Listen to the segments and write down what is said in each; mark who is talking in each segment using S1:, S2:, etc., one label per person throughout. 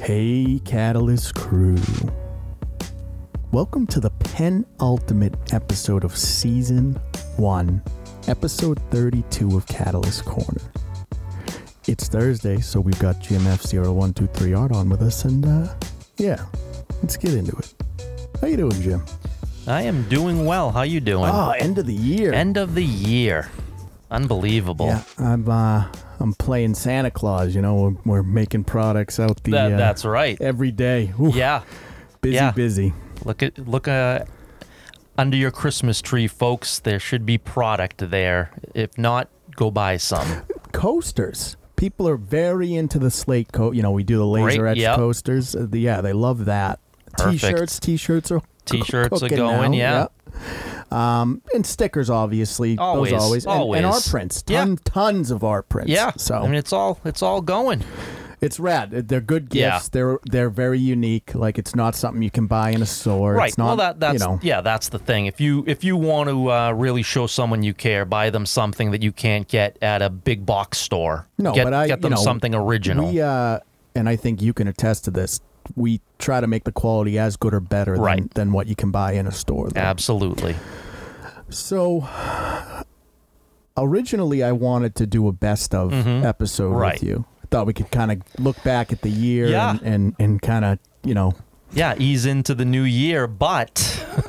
S1: Hey, Catalyst crew. Welcome to the penultimate episode of season one, episode 32 of Catalyst Corner. It's Thursday, so we've got GMF0123 Art on with us, and uh, yeah, let's get into it. How you doing, Jim?
S2: I am doing well. How you doing?
S1: Oh, end of the year.
S2: End of the year. Unbelievable.
S1: yeah, I'm uh, I'm playing Santa Claus. You know, we're, we're making products out the
S2: That-
S1: uh,
S2: that's right.
S1: every day. Ooh,
S2: Yeah.
S1: busy,
S2: yeah.
S1: busy.
S2: Look at look uh, under your Christmas tree, folks. There should be product there. If not, go buy some.
S1: coasters. People are very into the slate coat. You know, we do the laser
S2: Great,
S1: etch
S2: yep.
S1: coasters. Uh, the- yeah, they love that.
S2: Perfect.
S1: T-shirts, t-shirts are c-
S2: T-shirts are
S1: cooking
S2: going,
S1: now,
S2: yeah.
S1: yep. Um, and stickers, obviously. Those always,
S2: Always,
S1: and, and art
S2: always.
S1: prints.
S2: Yeah.
S1: Ton, Tons of art prints.
S2: Yeah.
S1: So
S2: I mean, it's all it's all going.
S1: it's rad. They're good gifts.
S2: Yeah.
S1: They're they're very unique. Like it's not something you can buy in a store.
S2: Right.
S1: It's not.
S2: well, that that's
S1: you know.
S2: yeah, that's the thing. If you if you want to uh, really show someone you care, buy them something that you can't get at a big box store.
S1: No,
S2: get,
S1: but I
S2: get them
S1: you know,
S2: something original.
S1: We, uh, and I think you can attest to this. We try to make the quality as good or better than,
S2: Right.
S1: than what you can buy in a store. though.
S2: Absolutely.
S1: So originally, I wanted to do a best of episode
S2: Mm-hmm. Right.
S1: with you. I thought we could kind of look back at the year
S2: Yeah.
S1: and, and, and kind of you know.
S2: Yeah, ease into the new year, but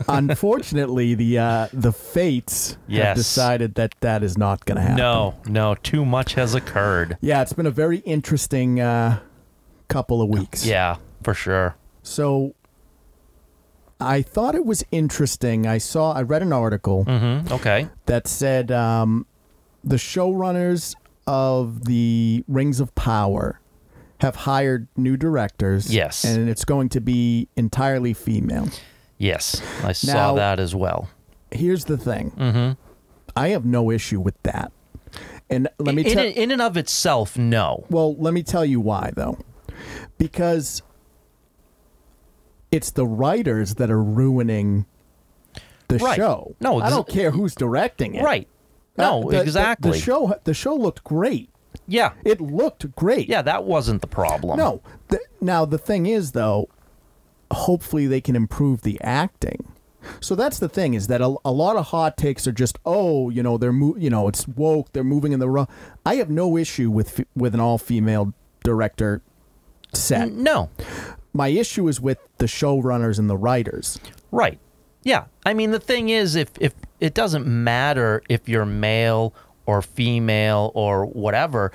S1: Unfortunately, the uh, the fates have
S2: Yes.
S1: decided that that is not going to happen.
S2: No, no, too much has occurred.
S1: Yeah, it's been a very interesting uh, couple of weeks.
S2: Yeah, for sure.
S1: So I thought it was interesting. I saw, I read an article
S2: Mm-hmm. Okay.
S1: that said um, the showrunners of the Rings of Power have hired new directors.
S2: Yes.
S1: And it's going to be entirely female.
S2: Yes, I
S1: Now-
S2: saw that as well. Mm-hmm.
S1: Here's the thing I have no issue with that. And let me
S2: in,
S1: tell
S2: in and of itself, no.
S1: Well, let me tell you why, though. Because it's the writers that are ruining the
S2: Right.
S1: show.
S2: No,
S1: I don't
S2: th-
S1: care who's directing it.
S2: Right.
S1: That-
S2: No,
S1: Uh, the- the-
S2: exactly.
S1: The, show, the show looked great.
S2: Yeah.
S1: It looked great.
S2: Yeah, that wasn't the problem.
S1: No. Th- now the thing is, though, hopefully they can improve the acting. So that's the thing is that a, a lot of hot takes are just oh you know they're mo- you know it's woke they're moving in the wrong. I have no issue with f- with an all female director set.
S2: No.
S1: My issue is with the showrunners and the writers.
S2: Right. Yeah. I mean, the thing is, if if it doesn't matter if you're male or female or whatever,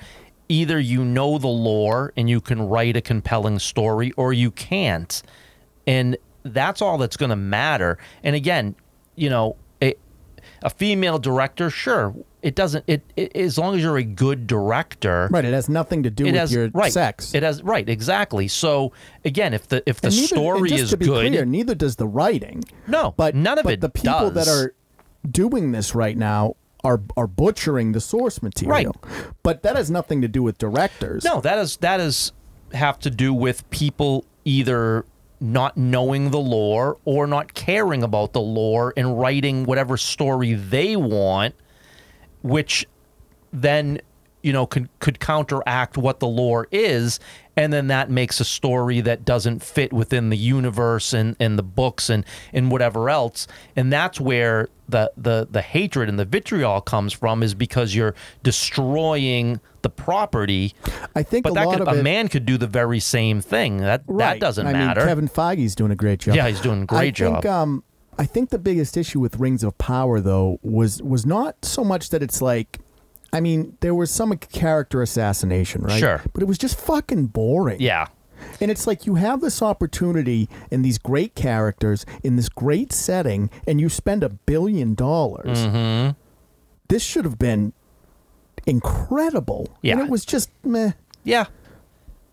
S2: either you know the lore and you can write a compelling story, or you can't, and that's all that's going to matter. And again, you know, a, a female director, sure, it doesn't. It, it as long as you're a good director,
S1: Right. It has nothing to do
S2: it
S1: with
S2: has
S1: your
S2: right.
S1: sex.
S2: It has right, exactly. So again, if the if the
S1: And neither- and
S2: story
S1: just
S2: is
S1: to be
S2: good,
S1: Clear, neither does the writing.
S2: No,
S1: but
S2: none of
S1: but
S2: it
S1: The people that
S2: does.
S1: are doing this right now are are butchering the source material. But that has nothing to do with directors.
S2: No, that is that is have to do with people either not knowing the lore or not caring about the lore and writing whatever story they want, which then you know could could counteract what the lore is, and then that makes a story that doesn't fit within the universe and, and the books and and whatever else. And that's where the, the the hatred and the vitriol comes from is because you're destroying the property
S1: I think
S2: but
S1: a
S2: that
S1: lot
S2: could,
S1: of
S2: a
S1: it,
S2: man could do the very same thing. That
S1: right,
S2: that doesn't
S1: I
S2: matter.
S1: Mean, Kevin Feige's doing a great job.
S2: Yeah, he's doing a great
S1: I Think,
S2: job.
S1: um, I think the biggest issue with Rings of Power though was was not so much that it's like. I mean, there was some character assassination, right?
S2: Sure.
S1: But it was just fucking boring.
S2: yeah,
S1: And it's like you have this opportunity in these great characters in this great setting, and you spend a billion dollars.
S2: Mm-hmm.
S1: This should have been incredible. And
S2: Yeah.
S1: it was just meh.
S2: yeah,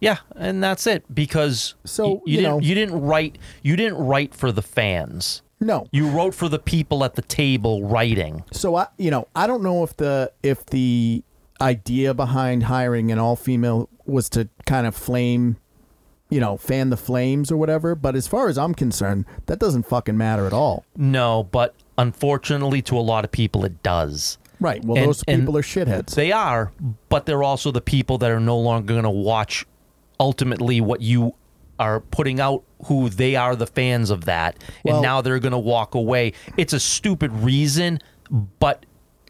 S2: yeah, and that's it. Because
S1: So,
S2: y- you,
S1: you
S2: didn't
S1: know-
S2: you didn't write you didn't write for the fans.
S1: No.
S2: You wrote for the people at the table writing.
S1: So I, you know, I don't know if the if the idea behind hiring an all female was to kind of flame, you know, fan the flames or whatever. But as far as I'm concerned, that doesn't fucking matter at all.
S2: No, but unfortunately, to a lot of people, it does.
S1: Right. Well,
S2: And-
S1: those
S2: and-
S1: people are shitheads.
S2: They are, but they're also the people that are no longer going to watch ultimately what you are putting out who they are the fans of that,
S1: Well-
S2: and now they're going to walk away. It's a stupid reason, but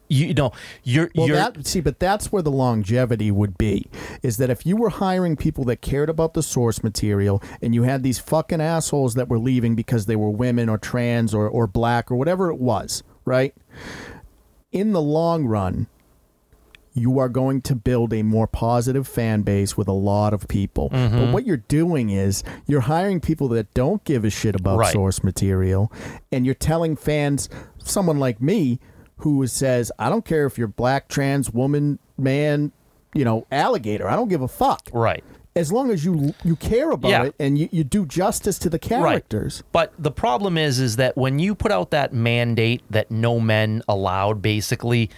S2: you know you're
S1: Well,
S2: you're
S1: that see, but that's where the longevity would be. Is that if you were hiring people that cared about the source material, and you had these fucking assholes that were leaving because they were women or trans or or black or whatever it was, right? In the long run, you are going to build a more positive fan base with a lot of people.
S2: Mm-hmm.
S1: But what you're doing is you're hiring people that don't give a shit about
S2: Right.
S1: source material, and you're telling fans, someone like me, who says, I don't care if you're black, trans, woman, man, you know, alligator, I don't give a fuck.
S2: right.
S1: As long as you you care about
S2: Yeah.
S1: it and you, you do justice to the characters.
S2: Right. But the problem is, is that when you put out that mandate that no men allowed, basically,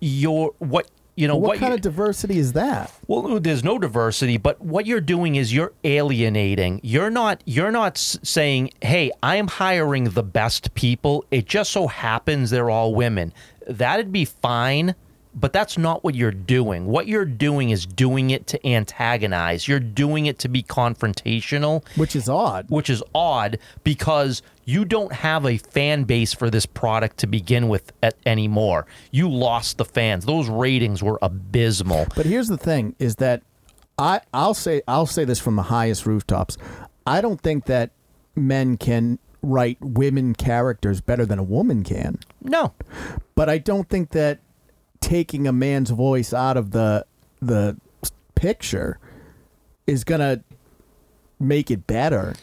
S2: your what you know
S1: What,
S2: what,
S1: kind
S2: you-
S1: of diversity is that?
S2: well, there's no diversity. But what you're doing is you're alienating. You're not. You're not s- saying, "Hey, I am hiring the best people." It just so happens they're all women. That'd be fine. But that's not what you're doing. What you're doing is doing it to antagonize. You're doing it to be confrontational
S1: Which is odd.
S2: which is odd because you don't have a fan base for this product to begin with at, anymore. You lost the fans. Those ratings were abysmal.
S1: But here's the thing: is that I I'll say I'll say this from the highest rooftops. I don't think that men can write women characters better than a woman can.
S2: No.
S1: But I don't think that taking a man's voice out of the the picture is gonna make it better.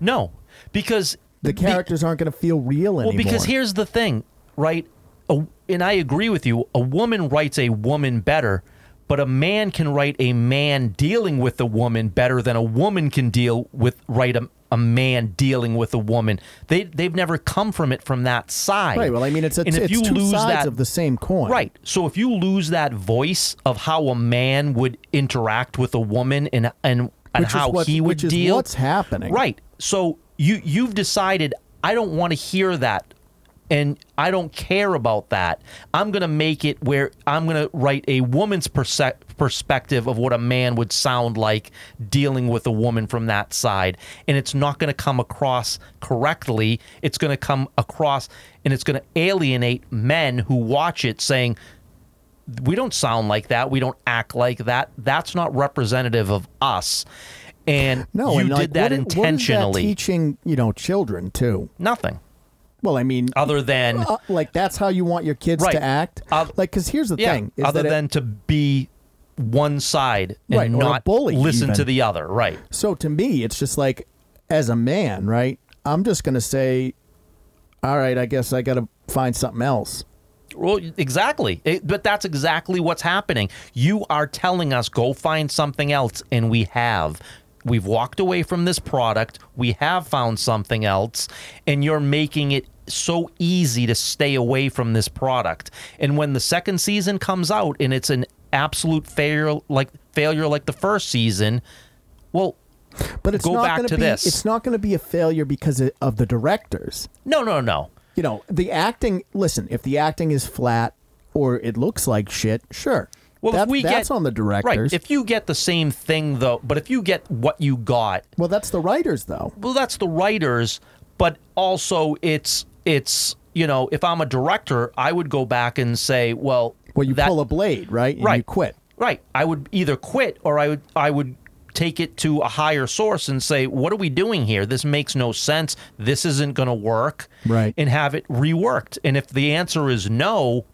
S2: No. Because
S1: The characters aren't gonna feel real anymore.
S2: well because here's the thing, right? A, and I agree with you. A woman writes a woman better, but a man can write a man dealing with a woman better than a woman can deal with write a, a man dealing with a woman. They they've never come from it from that side.
S1: right. Well, I mean, it's a,
S2: And if
S1: it's
S2: you
S1: two
S2: lose
S1: sides
S2: that-
S1: of the same coin.
S2: Right. So if you lose that voice of how a man would interact with a woman and and, and
S1: Which is
S2: how
S1: what-
S2: he would
S1: which is
S2: deal,
S1: what's happening.
S2: Right. So you you've decided I don't want to hear that, and I don't care about that. I'm gonna make it where I'm gonna write a woman's perse- perspective of what a man would sound like dealing with a woman from that side, and it's not gonna come across correctly. It's gonna come across, and it's gonna alienate men who watch it, saying we don't sound like that. We don't act like that. That's not representative of us. And
S1: No,
S2: you
S1: and
S2: did
S1: like,
S2: that
S1: what i- What
S2: intentionally.
S1: is that teaching, you know, children too.
S2: Nothing
S1: Well, I mean,
S2: other than
S1: uh, like that's how you want your kids
S2: Right.
S1: to act.
S2: Uh,
S1: like, because here's the
S2: yeah,
S1: thing: is
S2: other
S1: that it-
S2: than to be one side and
S1: Right, or a
S2: not
S1: bully
S2: listen to
S1: even.
S2: the other. Right.
S1: so to me, it's just like, as a man, right? I'm just gonna say, all right, I guess I gotta find something else.
S2: Well, exactly. It- but that's exactly what's happening. You are telling us go find something else, and we have. We've walked away from this product. We have found something else, and you're making it so easy to stay away from this product. And when the second season comes out and it's an absolute failure like failure like the first season, well,
S1: But it's
S2: Go
S1: not
S2: back
S1: gonna
S2: to
S1: be.
S2: this.
S1: It's not gonna be a failure because of- of the directors.
S2: no, no, no.
S1: You know, the acting. Listen, if the acting is flat or it looks like shit, sure.
S2: Well,
S1: That-
S2: if we
S1: that's
S2: get
S1: on the directors.
S2: Right. If you get the same thing though, but if you get what you got
S1: well, that's the writers, though.
S2: well that's the writers but also it's it's you know if i'm a director i would go back and say well
S1: Well, you
S2: that,
S1: pull a blade, right? And You
S2: Right.
S1: quit.
S2: right i would either quit or i would i would take it to a higher source and say what are we doing here this makes no sense this isn't going to work
S1: Right.
S2: and have it reworked and if the answer is no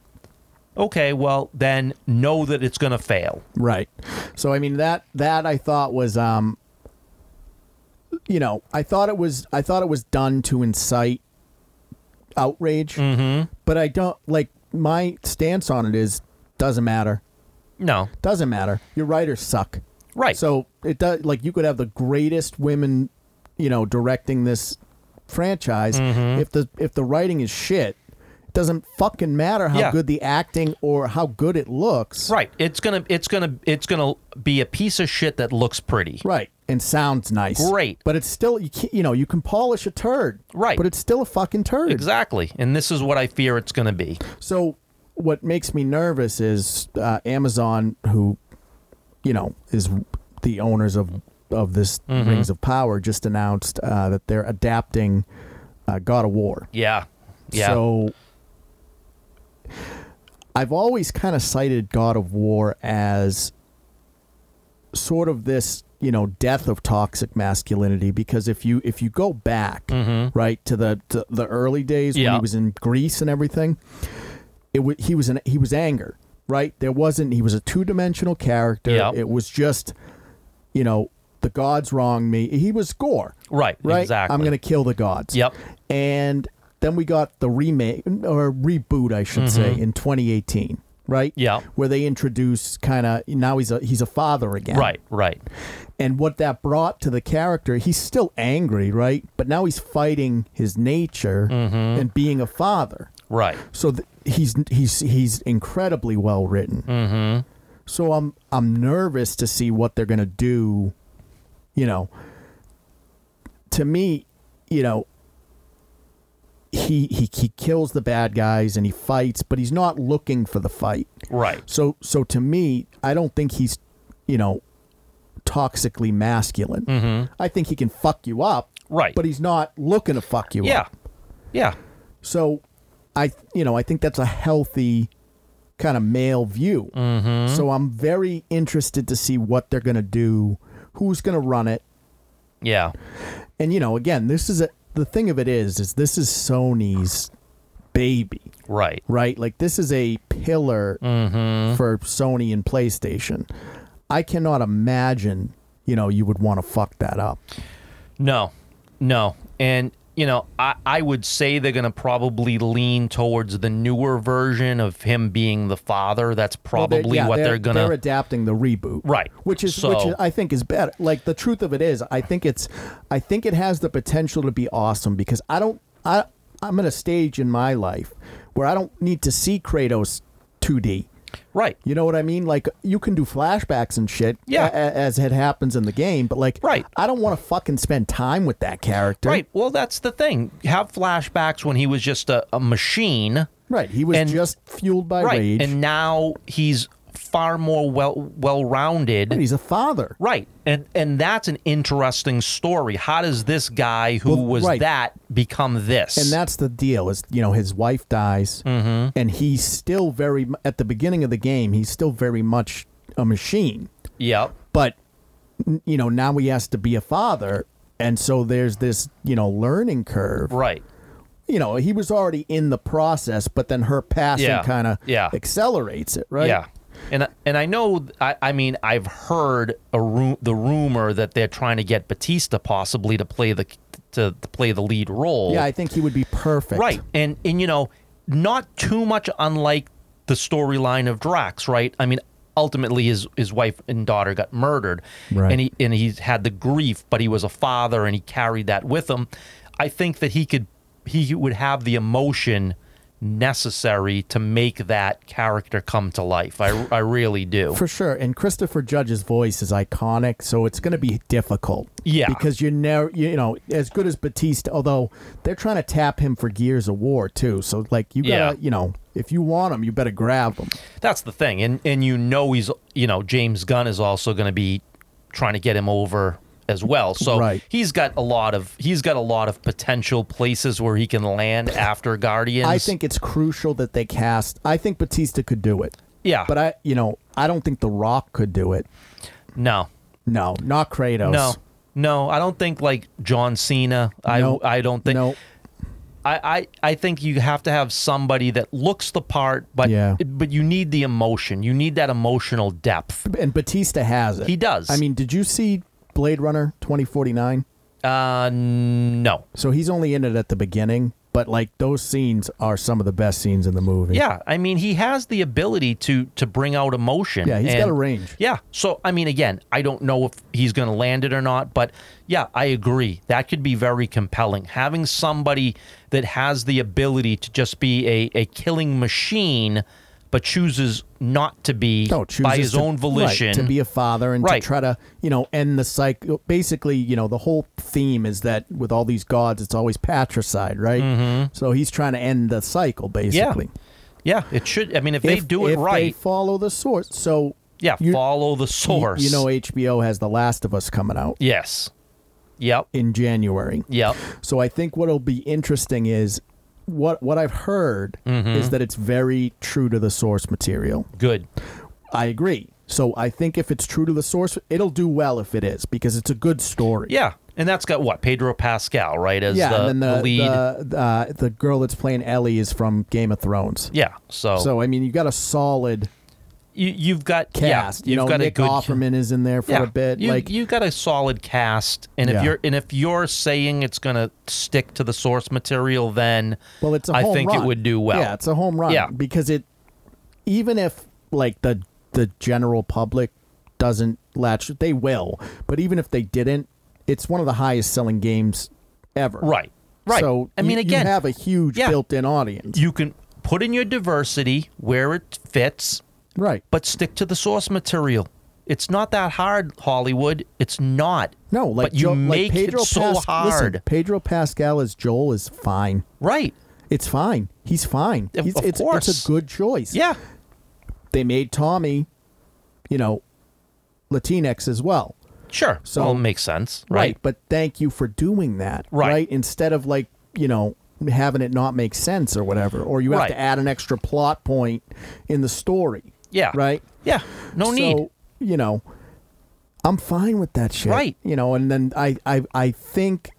S2: okay well then know that it's going to fail
S1: Right. So I mean that that I thought was um you know, I thought it was I thought it was done to incite outrage. Mm-hmm. But I don't like my stance on it is doesn't matter.
S2: no
S1: Doesn't matter. Your writers suck.
S2: Right.
S1: So it does like you could have the greatest women, you know, directing this franchise
S2: Mm-hmm.
S1: if the if the writing is shit, it doesn't fucking matter how
S2: Yeah.
S1: good the acting or how good it looks.
S2: right it's going to it's going to it's going to be a piece of shit that looks pretty
S1: Right. And sounds nice.
S2: Great.
S1: But it's still you can you know, you can polish a turd.
S2: Right.
S1: But it's still a fucking turd.
S2: Exactly. And this is what I fear it's going to be.
S1: So what makes me nervous is uh, Amazon who you know is the owners of of this
S2: Mm-hmm.
S1: Rings of Power just announced uh, that they're adapting uh, God of War.
S2: Yeah. Yeah.
S1: So I've always kind of cited God of War as sort of this, you know, death of toxic masculinity because if you if you go back, right, to the to the early days when
S2: Mm-hmm. Yeah.
S1: he was in Greece and everything, it wa he was an he was anger, right? There wasn't he was a two-dimensional character.
S2: Yeah.
S1: It was just you know, the gods wronged me. He was gore,
S2: right.
S1: right?
S2: Exactly.
S1: I'm going to kill the gods
S2: Yep.
S1: and then we got the remake or reboot, I should say, in 2018, right?
S2: Mm-hmm. Yeah.
S1: where they introduce kind of now he's a he's a father again,
S2: Right. Right.
S1: And what that brought to the character, he's still angry, right? But now he's fighting his nature
S2: Mm-hmm.
S1: and being a father.
S2: Right.
S1: So th- he's he's he's incredibly well written. Mm-hmm. So I'm I'm nervous to see what they're gonna do. You know, to me, you know, he he he kills the bad guys and he fights, but he's not looking for the fight.
S2: Right.
S1: So so to me, I don't think he's you know toxically masculine. Mm-hmm. I think he can fuck you up,
S2: Right.
S1: but he's not looking to fuck you up.
S2: yeah. Yeah.
S1: So, I you know I think that's a healthy kind of male view. Mm-hmm. So I'm very interested to see what they're going to do, who's going to run it,
S2: Yeah.
S1: and you know again this is a, the thing of it is is this is Sony's baby,
S2: Right.
S1: right? Like this is a pillar for Sony and PlayStation. I cannot imagine you know you would want to fuck that up.
S2: No, no. And, you know, I, I would say they're going to probably lean towards the newer version of him being the father. That's
S1: Well,
S2: probably
S1: yeah,
S2: what they're, going to.
S1: They're adapting the reboot,
S2: Right.
S1: Which is
S2: So-
S1: which is, I think is better. Like the truth of it is, I think it's, I think it has the potential to be awesome because I don't, I, I'm at a stage in my life where I don't need to see Kratos 2D.
S2: right.
S1: You know what I mean? Like you can do flashbacks and shit,
S2: Yeah.
S1: a- a- as it happens in the game. But like,
S2: Right.
S1: I don't want to fucking spend time with that character.
S2: Right. Well, that's the thing. Have flashbacks when he was just a, a machine.
S1: right. He was
S2: And-
S1: just fueled by
S2: Right.
S1: rage,
S2: And now he's far more well well rounded.
S1: and he's a father.
S2: Right. And and that's an interesting story. How does this guy who
S1: Well,
S2: was
S1: right.
S2: that become this?
S1: And that's the deal is you know his wife dies,
S2: Mm-hmm.
S1: and he's still very mu- at the beginning of the game. He's still very much a machine,
S2: Yep.
S1: but n- you know now he has to be a father, and so there's this you know learning curve.
S2: Right.
S1: You know he was already in the process, but then her passing
S2: Yeah.
S1: kind of
S2: Yeah.
S1: accelerates it, right?
S2: Yeah. And I- and I know I, I mean I've heard a ru- the rumor that they're trying to get Batista possibly to play the to, to play the lead role.
S1: yeah. I think he would be perfect,
S2: right. And and you know not too much unlike the storyline of Drax, right? I mean ultimately his his wife and daughter got murdered
S1: Right.
S2: and he and he had the grief, but he was a father and he carried that with him. I think that he could he would have the emotion necessary to make that character come to life. I, I really do.
S1: For sure, and Christopher Judge's voice is iconic, so it's going to be difficult.
S2: Yeah.
S1: because you're never, you know, as good as Batista. Although they're trying to tap him for Gears of War too, so like you gotta,
S2: Yeah.
S1: you know, if you want him, you better grab him.
S2: That's the thing. And and you know he's you know James Gunn is also going to be trying to get him over as well. So
S1: Right.
S2: he's got a lot of he's got a lot of potential places where he can land after Guardians.
S1: I think it's crucial that they cast. I think Batista could do it,
S2: yeah.
S1: but I, you know, I don't think The Rock could do it.
S2: no.
S1: No, not Kratos.
S2: No. No, I don't think like John Cena.
S1: No.
S2: I I don't think
S1: no.
S2: I, I I think you have to have somebody that looks the part but
S1: Yeah.
S2: but you need the emotion. You need that emotional depth.
S1: And Batista has it.
S2: He does.
S1: I mean, did you see Blade Runner twenty forty nine?
S2: Uh no.
S1: So he's only in it at the beginning, but like those scenes are some of the best scenes in the movie.
S2: Yeah, I mean, he has the ability to to bring out emotion.
S1: Yeah, he's
S2: he's
S1: got a range.
S2: Yeah, so I mean, again, I don't know if he's going to land it or not, but yeah, I agree that could be very compelling. Having somebody that has the ability to just be a a killing machine, but chooses not to be
S1: No, chooses
S2: by his
S1: to-
S2: own
S1: right,
S2: volition
S1: to be a father and
S2: Right.
S1: to try to, you know, end the cycle. Basically, you know, the whole theme is that with all these gods, it's always patricide, right? So he's trying to end the cycle,
S2: Mm-hmm. Yeah,
S1: basically.
S2: yeah, it should. I mean, if, they
S1: If-
S2: do it
S1: if they
S2: right,
S1: follow the source. So
S2: Yeah,
S1: You-
S2: follow the source.
S1: You know, HBO has The Last of Us coming out
S2: Yes. Yep.
S1: in January.
S2: Yep.
S1: So I think what'll be interesting is what what I've heard
S2: Mm-hmm.
S1: is that it's very true to the source material.
S2: Good.
S1: I agree. So I think if it's true to the source, it'll do well if it is because it's a good story.
S2: Yeah. And that's got what Pedro Pascal, right? As
S1: yeah.
S2: the,
S1: and then the
S2: lead.
S1: the, uh, the girl that's playing Ellie is from Game of Thrones.
S2: yeah. So,
S1: So I mean, you've got a solid
S2: you, you've got
S1: cast.
S2: Yeah,
S1: you
S2: you've
S1: know,
S2: got
S1: Nick
S2: a good
S1: Offerman is in there for a bit.
S2: You,
S1: like,
S2: you've got a solid cast, and
S1: Yeah.
S2: if you're and if you're saying it's going to stick to the source material, then
S1: well, it's a
S2: I
S1: home
S2: think
S1: run.
S2: it would do well.
S1: Yeah, it's a home run.
S2: Yeah.
S1: because it even if like the the general public doesn't latch, they will. But even if they didn't, it's one of the highest selling games ever.
S2: right, right.
S1: So
S2: I mean,
S1: you-
S2: again,
S1: you have a huge
S2: yeah.
S1: built-in audience.
S2: you can put in your diversity where it fits,
S1: right.
S2: but stick to the source material. It's not that hard, Hollywood. It's not.
S1: No, like
S2: but you
S1: Joe-
S2: make
S1: like Pedro
S2: it so
S1: Pas- listen,
S2: hard,
S1: Pedro Pascal as Joel is fine.
S2: right?
S1: It's fine. He's fine.
S2: Of-
S1: He's,
S2: of
S1: it's, it's
S2: course.
S1: a good choice.
S2: Yeah,
S1: They made Tommy, you know, Latinx as well.
S2: sure.
S1: So-
S2: So well, it makes sense, right?
S1: But thank you for doing that.
S2: Right.
S1: Instead of like, you know, having it not make sense or whatever, or you have
S2: Right.
S1: to add an extra plot point in the story.
S2: Yeah,
S1: Right.
S2: Yeah, no
S1: so,
S2: need.
S1: You know, I'm fine with that shit.
S2: Right.
S1: You know, and then I, I, I think,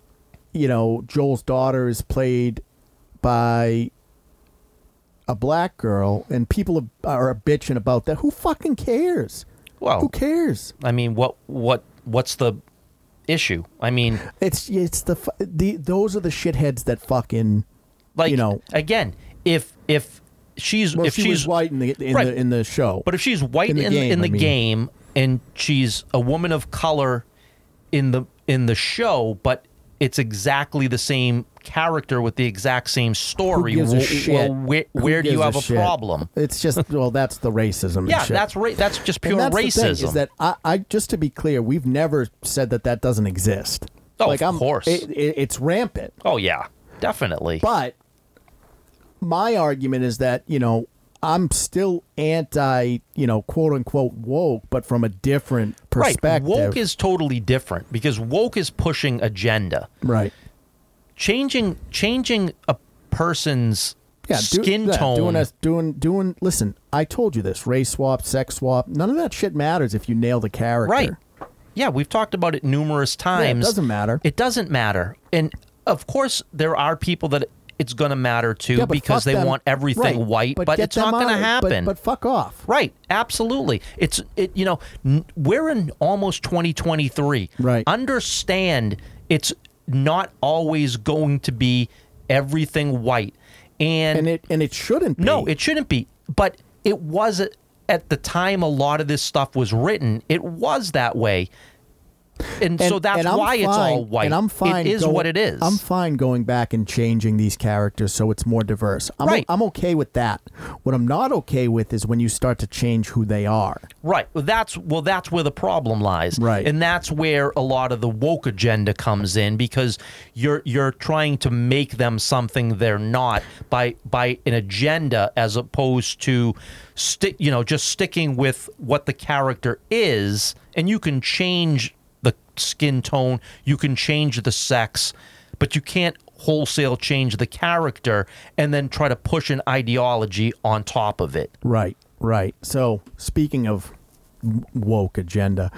S1: you know, Joel's daughter is played by a black girl, and people are are bitching about that. Who fucking cares?
S2: Well,
S1: Who cares?
S2: I mean, what what what's the issue? I mean,
S1: It's it's the fu- the those are the shitheads that fucking
S2: like
S1: You know.
S2: again, if if she's
S1: well,
S2: if
S1: she
S2: she's
S1: was white in the in
S2: right.
S1: the in the show,
S2: but if she's white
S1: in
S2: in
S1: the
S2: in,
S1: game, I
S2: the
S1: mean.
S2: game and she's a woman of color in the in the show, but it's exactly the same character with the exact same story.
S1: Who gives a
S2: well,
S1: shit?
S2: well, where,
S1: Who
S2: where do you
S1: gives
S2: have a,
S1: shit?
S2: problem?
S1: It's just well, that's the racism. and
S2: Yeah,
S1: shit.
S2: that's ra- that's just
S1: And
S2: pure
S1: that's the thing,
S2: racism.
S1: is that I, I just to be clear, we've never said that that doesn't exist.
S2: Oh,
S1: like
S2: of
S1: I'm,
S2: course.
S1: it, it, it's rampant.
S2: oh yeah, definitely.
S1: But my argument is that you know I'm still anti you know quote unquote woke, but from a different perspective.
S2: Right. Woke is totally different because woke is pushing agenda.
S1: right.
S2: Changing changing a person's
S1: Yeah, do-
S2: skin
S1: yeah,
S2: tone.
S1: Doing us, doing, doing. Listen, I told you this: race swap, sex swap. None of that shit matters if you nail the character.
S2: right. Yeah, we've talked about it numerous times.
S1: doesn't matter.
S2: It doesn't matter. And of course there are people that it's going to matter to
S1: Yeah, but fuck
S2: because they
S1: them.
S2: want everything
S1: Right,
S2: white, but,
S1: get
S2: it's not
S1: them
S2: going to
S1: out. But-
S2: happen.
S1: But, fuck off.
S2: Right, absolutely. It's it. You know, n- we're in almost 2023.
S1: Right.
S2: Understand, it's not always going to be everything white, and,
S1: And it and it shouldn't. Be.
S2: no, it shouldn't be. But it was a- at the time a lot of this stuff was written. It was that way, and, so that's
S1: and I'm
S2: why it's all
S1: fine-
S2: white.
S1: And I'm fine.
S2: It is
S1: go-
S2: what it is.
S1: I'm fine going back and changing these characters so it's more diverse. I'm,
S2: Right.
S1: I'm okay with that. What I'm not okay with is when you start to change who they are.
S2: Right. Well, that's well, that's where the problem lies.
S1: Right.
S2: And that's where a lot of the woke agenda comes in because you're you're trying to make them something they're not by by an agenda as opposed to stick you know just sticking with what the character is and you can change the skin tone, you can change the sex, but you can't wholesale change the character and then try to push an ideology on top of it.
S1: Right. Right. So speaking of w- woke agenda,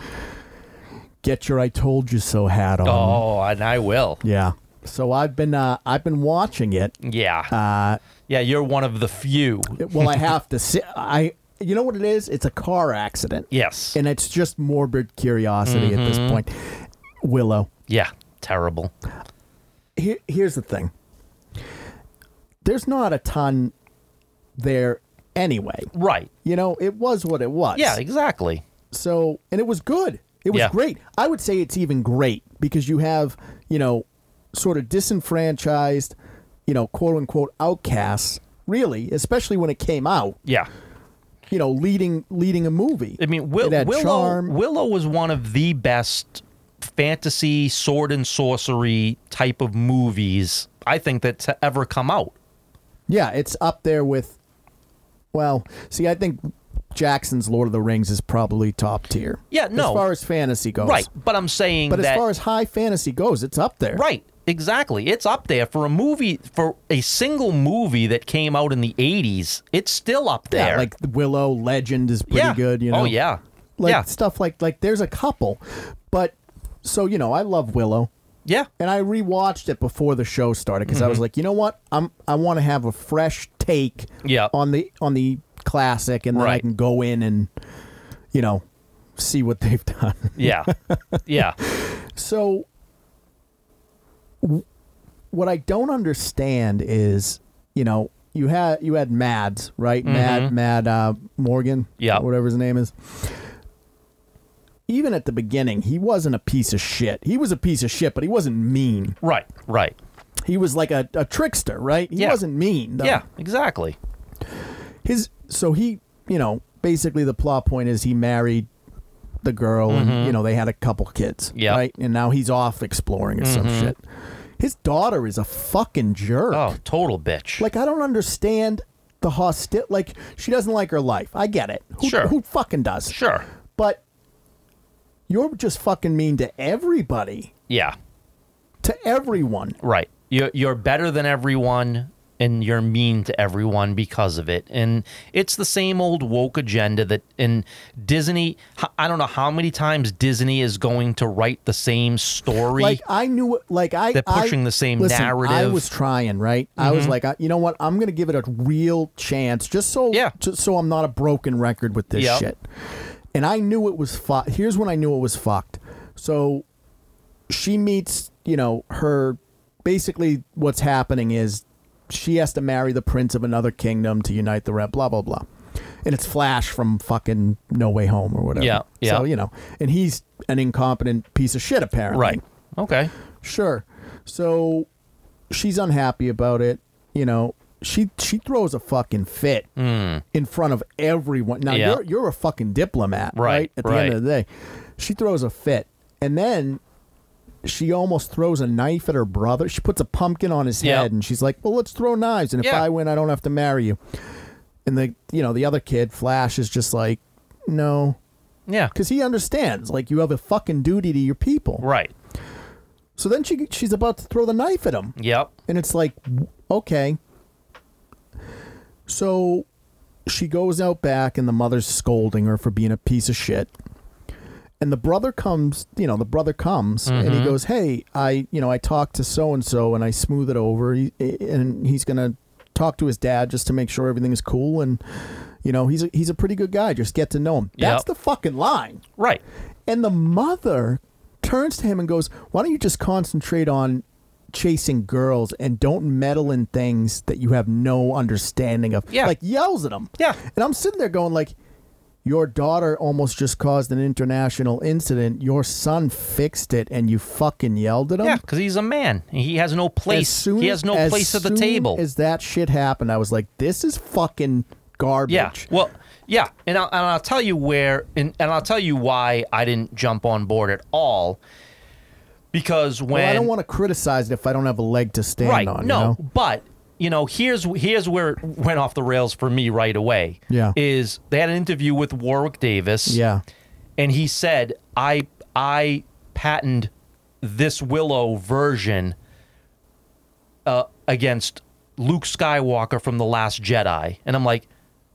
S1: get your "I told you so" hat on.
S2: Oh, and I will.
S1: Yeah. So I've been uh, I've been watching it.
S2: Yeah.
S1: Uh,
S2: yeah, you're one of the few.
S1: Well, I have to say I. You know what it is? It's a car accident.
S2: Yes. Mm-hmm.
S1: And it's just morbid curiosity at this point. Willow.
S2: yeah. Terrible.
S1: here, here's the thing there's not a ton there anyway
S2: Right.
S1: you know it was what it was
S2: Yeah, exactly.
S1: so and it was good it was
S2: Yeah.
S1: great i would say it's even great because you have you know sort of disenfranchised you know quote unquote outcasts really especially when it came out
S2: Yeah.
S1: you know leading leading a movie
S2: I mean, Will-
S1: it had
S2: Willow
S1: charm
S2: Willow was one of the best fantasy sword and sorcery type of movies I think that's ever come out.
S1: Yeah, it's up there with. Well, see, I think Jackson's Lord of the Rings is probably top tier.
S2: Yeah, no.
S1: As far as fantasy goes.
S2: Right, but I'm saying
S1: Oh, But
S2: that
S1: as far as high fantasy goes, it's up there.
S2: Right. Exactly. It's up there for a movie for a single movie that came out in the 80s. It's still up
S1: Yeah,
S2: there.
S1: like Willow Legend is pretty
S2: Yeah.
S1: good, you know.
S2: Oh yeah.
S1: Like
S2: yeah.
S1: stuff like like there's a couple. But so you know, I love Willow.
S2: Yeah.
S1: And I rewatched it before the show started because I
S2: Mm-hmm.
S1: was like, you know what? I'm I want to have a fresh take
S2: Yeah.
S1: on the on the classic and then I
S2: Right.
S1: can go in and you know, see what they've done.
S2: Yeah. yeah.
S1: So, w- what I don't understand is, you know, you had you had Mads, right? Mad Mad uh, Morgan,
S2: Mm-hmm. Yeah.
S1: whatever his name is. Even at the beginning, he wasn't a piece of shit. He was a piece of shit, but he wasn't mean.
S2: Right. Right.
S1: He was like a, a trickster, right? He
S2: Yeah.
S1: wasn't mean. though.
S2: Yeah, exactly.
S1: His so he, you know, basically the plot point is he married the girl
S2: Mm-hmm.
S1: and you know they had a couple kids,
S2: Yeah.
S1: right? And now he's off exploring or some shit. His daughter is a fucking jerk.
S2: Mm-hmm. Oh, total bitch.
S1: Like I don't understand the hostil like she doesn't like her life. I get it. Who,
S2: Sure.
S1: who fucking does?
S2: sure.
S1: But you're just fucking mean to everybody,
S2: Yeah.
S1: to everyone.
S2: Right. You're you're better than everyone and you're mean to everyone because of it. And it's the same old woke agenda that in Disney h- I don't know how many times Disney is going to write the same story.
S1: Like I knew, like I.
S2: They're pushing
S1: I-
S2: the same
S1: listen, I
S2: narrative. Mm-hmm.
S1: was trying, right? I was like, I, you know what? I'm gonna give it a real chance, just so,
S2: Yeah.
S1: just so I'm not a broken record with this
S2: Yep.
S1: shit. And I knew it was fucked. Here's when I knew it was fucked. So, she meets, you know, her. Basically, what's happening is she has to marry the prince of another kingdom to unite the red. Blah blah blah. And it's Flash from fucking No Way Home or whatever.
S2: Yeah, yeah.
S1: So you know, and he's an incompetent piece of shit apparently.
S2: right. Okay.
S1: Sure. So she's unhappy about it. You know, she she throws a fucking fit in front of everyone. Now
S2: Hmm. Yeah.
S1: you're you're a fucking diplomat, right?
S2: Right,
S1: At the end of the day, she throws a fit, and then she almost throws a knife at her brother. She puts a pumpkin on his
S2: Yeah.
S1: head, and she's like, "Well, let's throw knives, and if
S2: Yeah.
S1: I win, I don't have to marry you." And the you know the other kid, Flash, is just like, "No,"
S2: Yeah.
S1: because he understands. Like you have a fucking duty to your people.
S2: Right.
S1: So then she she's about to throw the knife at him,
S2: Yep.
S1: and it's like, okay. So she goes out back, and the mother's scolding her for being a piece of shit. And the brother comes, you know, the brother comes, and he goes, "Hey, I, you know, I talked to so and so, and I smooth it over, he- and he's gonna talk to his dad just to make sure everything is cool, and you know, he's a, he's a pretty good guy. Just get to know him. That's
S2: Yep.
S1: the fucking line."
S2: Right.
S1: And the mother turns to him and goes, Why don't you just concentrate on chasing girls and don't meddle in things that you have no understanding of?
S2: Yeah.
S1: Like yells at him.
S2: Yeah.
S1: And I'm sitting there going, like, your daughter almost just caused an international incident. Your son fixed it and you fucking yelled at him.
S2: Yeah, because he's a man. He has no
S1: Um, As
S2: place.
S1: soon,
S2: he has no
S1: as
S2: place at the
S1: soon
S2: table.
S1: As that shit happened, I was like, this is fucking garbage.
S2: yeah. Well, yeah, and I'll, and I'll tell you where, and, and I'll tell you why I didn't jump on board at all. Because when
S1: Well, I don't want to criticize it if I don't have a leg to stand
S2: right,
S1: on.
S2: no,
S1: You know?
S2: but you know, here's here's where it went off the rails for me right away.
S1: Yeah.
S2: is they had an interview with Warwick Davis.
S1: Yeah.
S2: and he said i i patented this willow version uh, against luke skywalker from the last jedi and i'm like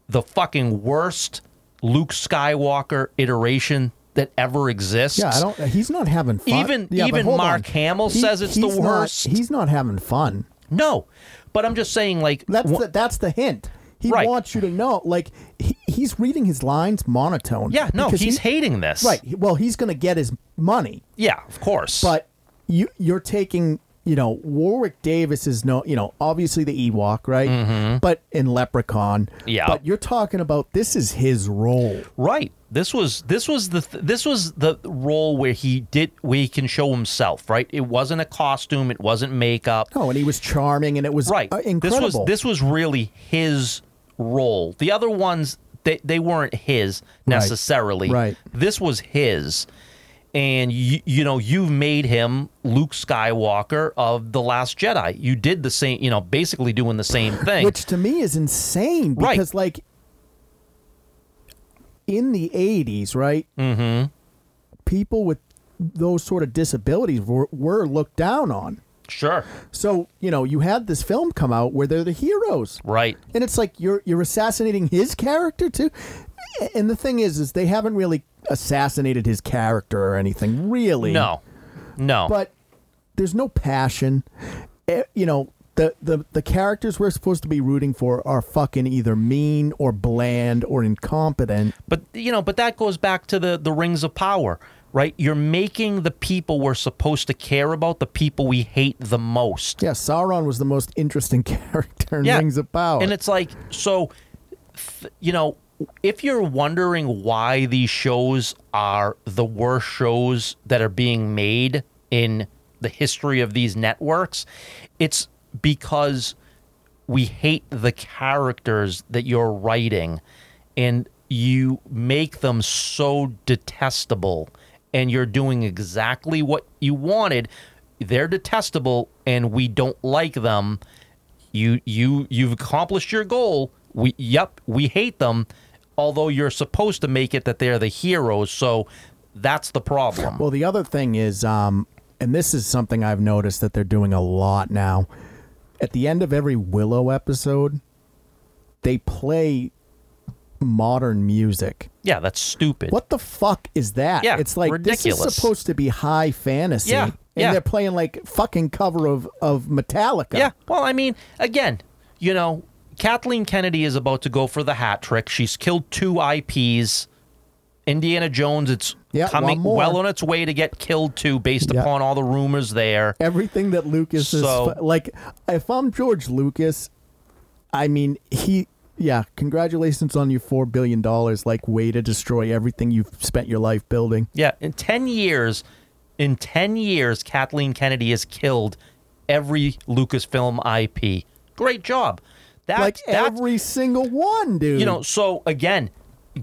S2: the fucking worst luke skywalker iteration that ever exists
S1: Yeah, I don't. He's not having fun.
S2: Even-
S1: yeah, but
S2: even
S1: hold
S2: Mark
S1: on.
S2: Hamill says it's the
S1: he's not-
S2: worst.
S1: he's not having fun.
S2: no but i'm just saying like
S1: That's
S2: wha-
S1: the, that's the hint. He
S2: Right.
S1: wants you to know, like he, he's reading his lines monotone.
S2: yeah no
S1: because
S2: he's
S1: he,
S2: hating this
S1: right. he- Well, he's going to get his money,
S2: yeah of course
S1: but you you're taking. You know, Warwick Davis is no, you know, obviously the Ewok, right? But in Leprechaun,
S2: Mm-hmm. Yeah.
S1: But you're talking about this is his role.
S2: Right. This was this was the th- this was the role where he did where he can show himself. Right. It wasn't a costume. It wasn't makeup.
S1: Oh, and he was charming, and it was
S2: Right.
S1: uh, incredible.
S2: This was this was really his role. The other ones they they weren't his necessarily.
S1: Right.
S2: This was his. And you, you know you've made him Luke Skywalker of the Last Jedi. You did the same, you know, basically doing the same thing.
S1: which to me is insane
S2: Right.
S1: because like in the 80s, right? Mm-hmm. People with those sort of disabilities were, were looked down on.
S2: Sure.
S1: So, you know, you had this film come out where they're the heroes.
S2: Right.
S1: And it's like you're you're assassinating his character too. And the thing is is they haven't really assassinated his character or anything, really.
S2: No. No.
S1: But there's no passion. Eh, you know, the, the the characters we're supposed to be rooting for are fucking either mean or bland or incompetent.
S2: But you know, but that goes back to the the rings of power, right? You're making the people we're supposed to care about the people we hate the most.
S1: Yeah, Sauron was the most interesting character in
S2: Yeah.
S1: Rings of Power.
S2: And it's like so th- you know, if you're wondering why these shows are the worst shows that are being made in the history of these networks, it's because we hate the characters that you're writing and you make them so detestable and you're doing exactly what you wanted they're detestable and we don't like them you you you've accomplished your goal we yep we hate them although you're supposed to make it that they're the heroes so that's the problem
S1: Well, the other thing is, um, and this is something I've noticed that they're doing a lot now. At the end of every Willow episode, they play modern music.
S2: yeah that's stupid
S1: What the fuck is that?
S2: Yeah,
S1: it's like this is
S2: ridiculous.
S1: supposed to be high fantasy,
S2: Yeah,
S1: and
S2: yeah.
S1: they're playing like fucking cover of of Metallica.
S2: Yeah. Well, I mean, again, you know, Kathleen Kennedy is about to go for the hat trick. She's killed two IPs. Indiana Jones, it's
S1: Yeah, one
S2: coming
S1: more.
S2: well on its way to get killed too, based
S1: Yeah.
S2: upon all the rumors there.
S1: everything that Lucas
S2: So-
S1: is like. If I'm George Lucas, I mean he. Yeah, congratulations on your four billion dollars. Like, way to destroy everything you've spent your life building.
S2: Yeah. In 10 years, in 10 years, Kathleen Kennedy has killed every Lucasfilm IP. Great job. That,
S1: like
S2: that's
S1: every single one, dude.
S2: You know, so again,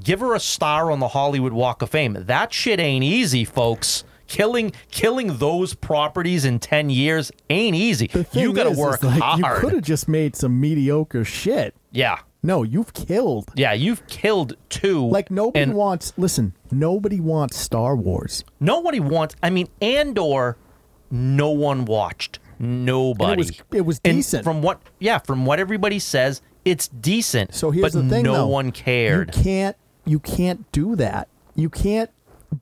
S2: give her a star on the Hollywood Walk of Fame. That shit ain't easy, folks. Killing killing those properties in ten years ain't easy.
S1: The thing
S2: You gotta
S1: is, is,
S2: work
S1: like, You
S2: hard.
S1: could have just made some mediocre shit.
S2: yeah.
S1: No, you've killed.
S2: Yeah, you've killed two.
S1: Like nobody
S2: and
S1: wants. Listen, nobody wants Star Wars.
S2: nobody wants I mean Andor, no one watched. Nobody.
S1: And it was it was
S2: And
S1: decent.
S2: From what yeah, from what everybody says, it's decent.
S1: So here's
S2: but
S1: the thing,
S2: no
S1: though.
S2: one cared.
S1: You can't you can't do that. You can't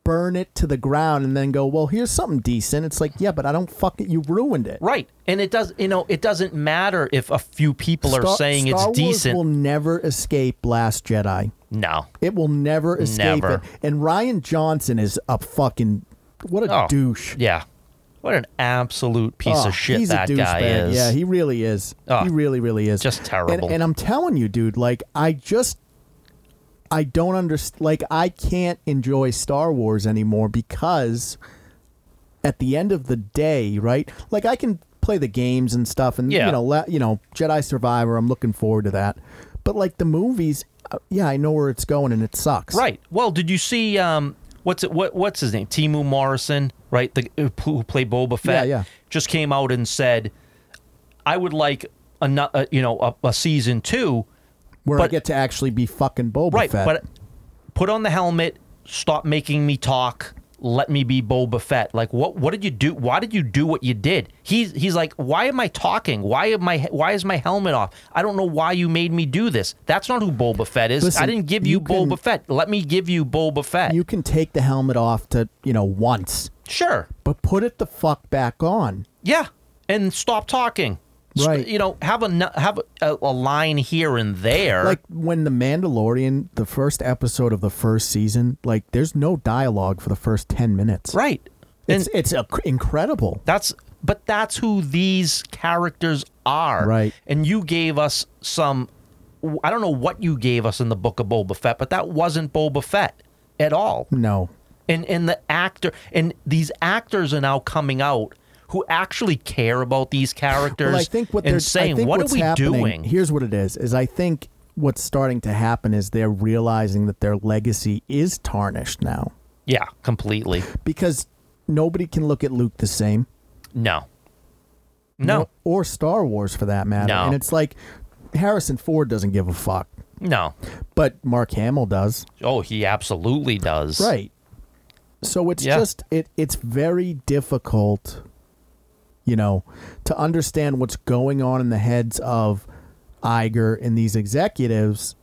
S1: burn it to the ground and then go, "Well, here's something decent." It's like, "Yeah, but I don't fuck it. You ruined it."
S2: Right. And it does you know, it doesn't matter if a few people are
S1: Star,
S2: saying
S1: Star
S2: it's
S1: Wars
S2: decent.
S1: will never escape Last Jedi.
S2: No.
S1: It will never escape
S2: Never.
S1: it. And Ryan Johnson is a fucking what a
S2: Oh,
S1: douche.
S2: Yeah. What an absolute piece
S1: Oh,
S2: of shit
S1: he's
S2: that
S1: a
S2: guy
S1: douchebag.
S2: is.
S1: Yeah, he really is.
S2: Oh,
S1: he really, really is.
S2: just
S1: And-
S2: terrible.
S1: And, I'm telling you, dude, like I just I don't understand like I can't enjoy Star Wars anymore because at the end of the day, right? Like I can play the games and stuff and
S2: Yeah.
S1: you know, la- you know, Jedi Survivor, I'm looking forward to that. But like the movies, uh, yeah, I know where it's going and it sucks.
S2: right. Well, did you see um what's it what what's his name? Timu Morrison, right? The who played Boba Fett.
S1: yeah.
S2: Just came out and said I would like a, no- a you know, a, a season 2
S1: Where I
S2: But-
S1: get to actually be fucking Boba
S2: Right,
S1: Fett.
S2: but uh, put on the helmet. Stop making me talk. Let me be Boba Fett. Like, what? What did you do? Why did you do what you did? He's he's like, why am I talking? Why am I? Why is my helmet off? I don't know why you made me do this. That's not who Boba Fett is.
S1: Listen,
S2: I didn't give you,
S1: you can-
S2: Boba Fett. Let me give you Boba Fett.
S1: you can take the helmet off to, you know, once.
S2: sure.
S1: but put it the fuck back on.
S2: Yeah, and stop talking. St-
S1: Right.
S2: You know, have a nu- have a, a line here and there.
S1: Like when the Mandalorian, the first episode of the first season, like there's no dialogue for the first ten minutes.
S2: right.
S1: It's it's a, incredible.
S2: That's but that's who these characters are.
S1: Right.
S2: And you gave us some I don't know what you gave us in the book of Boba Fett, but that wasn't Boba Fett at all.
S1: No,
S2: And and the actor and these actors are now coming out who actually care about these characters
S1: well, I think what they're
S2: and
S1: I
S2: saying,
S1: think
S2: what are
S1: what's
S2: we
S1: happening-
S2: doing?
S1: Here's what it is: is I think what's starting to happen is they're realizing that their legacy is tarnished now
S2: Yeah, completely.
S1: because nobody can look at Luke the same.
S2: No. No.
S1: or Star Wars for that matter.
S2: No.
S1: And it's like Harrison Ford doesn't give a fuck.
S2: No.
S1: but Mark Hamill does.
S2: Oh, he absolutely does.
S1: Right. So it's
S2: Yeah.
S1: just it it's very difficult, you know, to understand what's going on in the heads of Iger and these executives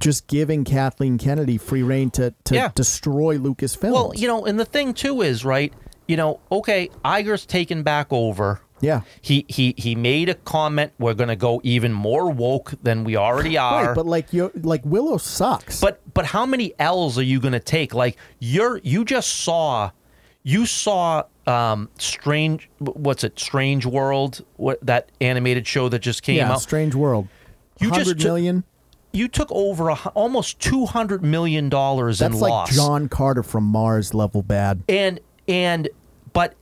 S1: just giving Kathleen Kennedy free reign to, to
S2: Yeah.
S1: destroy Lucasfilm.
S2: Well, you know, and the thing too is, right, you know, okay, Iger's taken back over.
S1: yeah.
S2: He he he made a comment we're going to go even more woke than we already are.
S1: Right, but like you like Willow sucks.
S2: But but how many L's are you going to take? Like you're you just saw you saw um strange what's it strange world what that animated show that just came
S1: yeah,
S2: out
S1: Strange World.
S2: You just
S1: 100
S2: ju-
S1: million?
S2: you took over a, hu- almost 200 million dollars in
S1: That's like
S2: loss
S1: John Carter from Mars level bad.
S2: and and but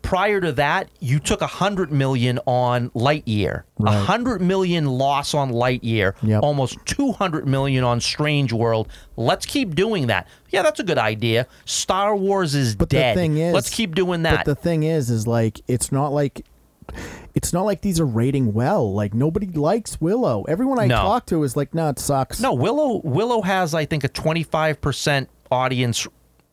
S2: prior to that you took a hundred million on lightyear a
S1: Right.
S2: hundred million loss on lightyear
S1: Yep.
S2: almost 200 million on strange world let's keep doing that yeah that's a good idea star wars is
S1: But
S2: dead
S1: the thing is,
S2: let's keep doing that
S1: But the thing is, is like it's not like it's not like these are rating well. Like nobody likes Willow. Everyone I
S2: No.
S1: talk to is like, nah, it sucks.
S2: no willow willow has i think a 25% audience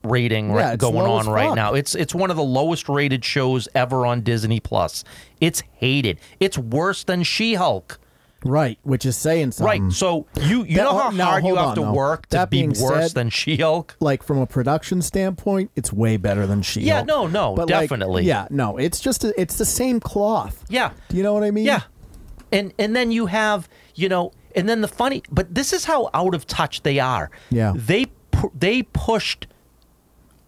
S2: rating
S1: Yeah,
S2: right,
S1: it's
S2: going
S1: low
S2: on
S1: as
S2: right
S1: fuck.
S2: now it's it's one of the lowest rated shows ever on disney plus it's hated it's worse than she-hulk
S1: right, which is saying
S2: Right.
S1: something.
S2: So you you
S1: Um, That-
S2: know how
S1: oh, now,
S2: hard you
S1: hold
S2: have
S1: on,
S2: to
S1: though.
S2: work to
S1: That
S2: be
S1: being
S2: worse
S1: said-
S2: than She-Hulk.
S1: Like from a production standpoint, it's way better than she.
S2: Yeah, no, no,
S1: like,
S2: definitely.
S1: yeah, no, it's just a, it's the same cloth.
S2: Yeah.
S1: Do you know what I mean?
S2: Yeah. And and then you have you know and then the funny but this is how out of touch they are.
S1: Yeah.
S2: They pu- they pushed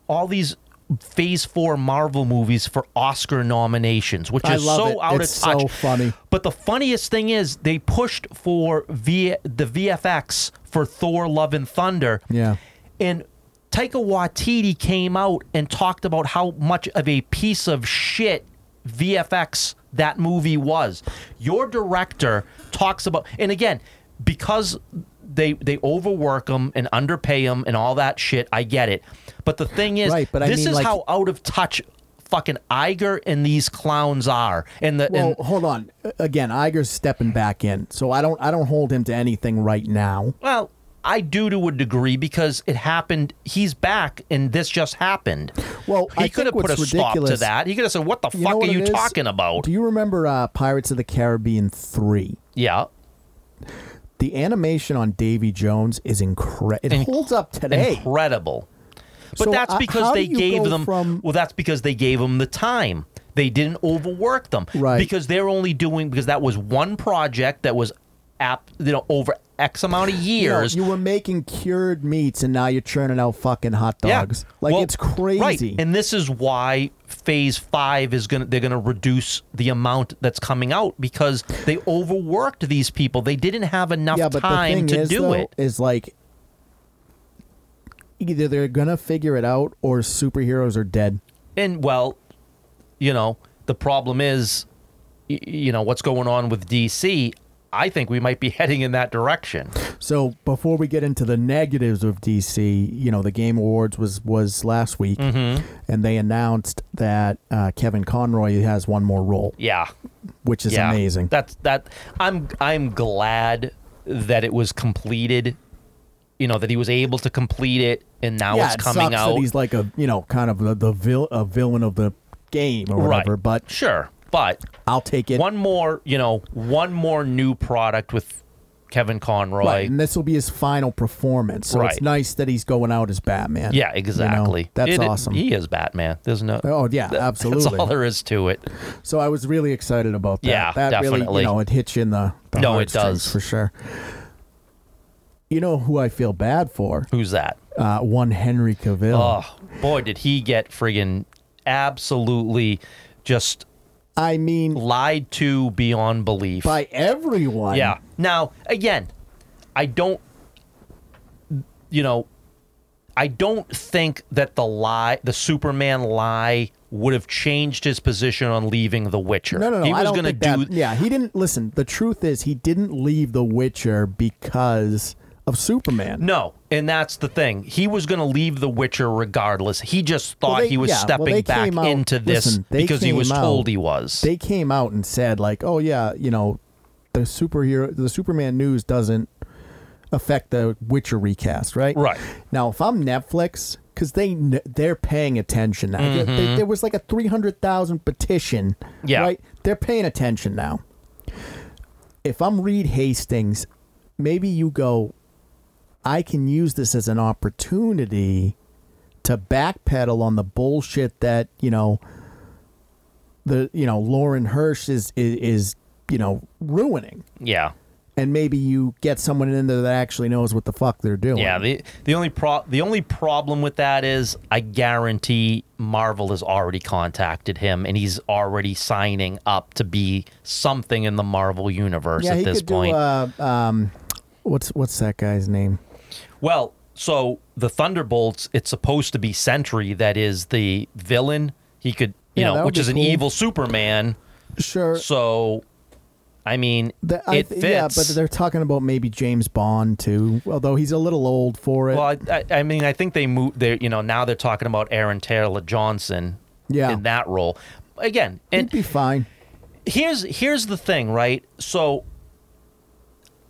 S2: all these Phase Four Marvel movies for Oscar nominations, which
S1: I
S2: is
S1: love
S2: so
S1: it.
S2: out
S1: It's
S2: of touch.
S1: so funny.
S2: But the funniest thing is they pushed for v- the VFX for Thor: Love and Thunder.
S1: Yeah.
S2: And Taika Waititi came out and talked about how much of a piece of shit VFX that movie was. Your director talks about, and again, because they they overwork them and underpay them and all that shit. I get it, but the thing is,
S1: Right, but I
S2: this
S1: mean,
S2: is
S1: like-
S2: how out of touch fucking Iger and these clowns are. And the
S1: Well,
S2: and,
S1: hold on. Again, Iger's stepping back in, so I don't I don't hold him to anything right now.
S2: well. I do to a degree because it happened. He's back, and this just happened.
S1: Well,
S2: he
S1: I
S2: could have
S1: think
S2: put a
S1: what's
S2: stop to
S1: ridiculous-
S2: that. He could have said, "What the
S1: You
S2: fuck
S1: know what
S2: are
S1: it
S2: you
S1: is?
S2: talking about?"
S1: Do you remember uh, Pirates of the Caribbean three?
S2: yeah,
S1: The animation on Davy Jones is incredible. It
S2: Inc-
S1: holds up today.
S2: incredible. But
S1: So,
S2: that's
S1: uh,
S2: because
S1: how do
S2: they
S1: you
S2: gave
S1: go
S2: them.
S1: from-
S2: well, that's because they gave them the time. They didn't overwork them
S1: Right.
S2: because they're only doing because that was one project that was, app you know over X amount of
S1: You know,
S2: years.
S1: you were making cured meats and now you're churning out fucking hot dogs. Like
S2: Well,
S1: it's crazy.
S2: Right. And this is why phase five is gonna they're gonna reduce the amount that's coming out because they overworked these people. They didn't have enough
S1: yeah, but the
S2: time
S1: thing
S2: to
S1: is,
S2: do
S1: though,
S2: it.
S1: is like either they're gonna figure it out or superheroes are dead.
S2: And well, you know, the problem is y- you know, what's going on with DC, I think we might be heading in that direction.
S1: So before we get into the negatives of DC, you know the Game Awards was was last week,
S2: Mm-hmm.
S1: and they announced that uh, Kevin Conroy has one more role,
S2: Yeah.
S1: which is
S2: yeah.
S1: amazing.
S2: That's that I'm I'm glad that it was completed. You know, that he was able to complete it and now
S1: yeah,
S2: it's
S1: it
S2: coming
S1: sucks
S2: out.
S1: That he's like a you know kind of the, the vil- a villain of the game or whatever,
S2: right.
S1: but
S2: sure. But
S1: I'll take it.
S2: one more, you know, one more new product with Kevin Conroy.
S1: Right, and this will be his final performance, so it's
S2: Right.
S1: nice that he's going out as Batman.
S2: Yeah,
S1: You know,
S2: exactly.
S1: that's
S2: It- it-
S1: awesome.
S2: He is Batman. There's no.
S1: Oh, yeah, absolutely.
S2: That's all there is to it.
S1: So I was really excited about that.
S2: Yeah,
S1: that really,
S2: definitely.
S1: you know, it hits you in the, the
S2: No, it
S1: heartstrings
S2: does.
S1: for sure. You know who I feel bad for?
S2: Who's that?
S1: Uh, one Henry Cavill.
S2: Oh boy, did he get friggin' absolutely just
S1: I mean,
S2: lied to beyond belief.
S1: by everyone.
S2: Yeah. Now, again, I don't, you know, I don't think that the lie, the Superman lie, would have changed his position on leaving The Witcher.
S1: No, no, no.
S2: He was
S1: I don't
S2: gonna
S1: think that-
S2: do.
S1: yeah, he didn't listen. The truth is, he didn't leave The Witcher because of Superman.
S2: No, and that's the thing. He was going to leave The Witcher regardless. He just thought
S1: Well, they-
S2: he was
S1: yeah, well,
S2: stepping
S1: they
S2: back
S1: came out-
S2: into this
S1: listen, they
S2: because he
S1: came
S2: was
S1: out-
S2: told he was.
S1: They came out and said like, "Oh yeah, you know, the superhero, the Superman news doesn't affect the Witcher recast, right?
S2: Right.
S1: Now, if I'm Netflix, because they kn- they're paying attention now. There- there- there was like a three hundred thousand petition.
S2: Mm-hmm. Yeah.
S1: Right. They're paying attention now. If I'm Reed Hastings, maybe you go. I can use this as an opportunity to backpedal on the bullshit that you know the you know Lauren Hirsch is is, is you know ruining
S2: Yeah.
S1: and maybe you get someone in there that actually knows what the fuck they're doing.
S2: Yeah, the the only pro the only problem with that is I guarantee Marvel has already contacted him and he's already signing up to be something in the Marvel universe
S1: yeah,
S2: at
S1: he
S2: this
S1: could
S2: point.
S1: do. Uh, um, what's what's that guy's name?
S2: well, so the Thunderbolts, it's supposed to be Sentry that is the villain. He could, you
S1: Yeah, that
S2: know,
S1: would
S2: which
S1: be
S2: is an
S1: cool.
S2: evil Superman.
S1: Sure.
S2: So, I mean,
S1: The- I
S2: it
S1: th-
S2: fits.
S1: Yeah, but they're talking about maybe James Bond too, although he's a little old for it.
S2: Well, I, I, I mean, I think they moved. They, you know, now they're talking about Aaron Taylor Johnson.
S1: Yeah.
S2: In that role, again,
S1: He'd
S2: and
S1: be fine.
S2: here's here's the thing, right? So,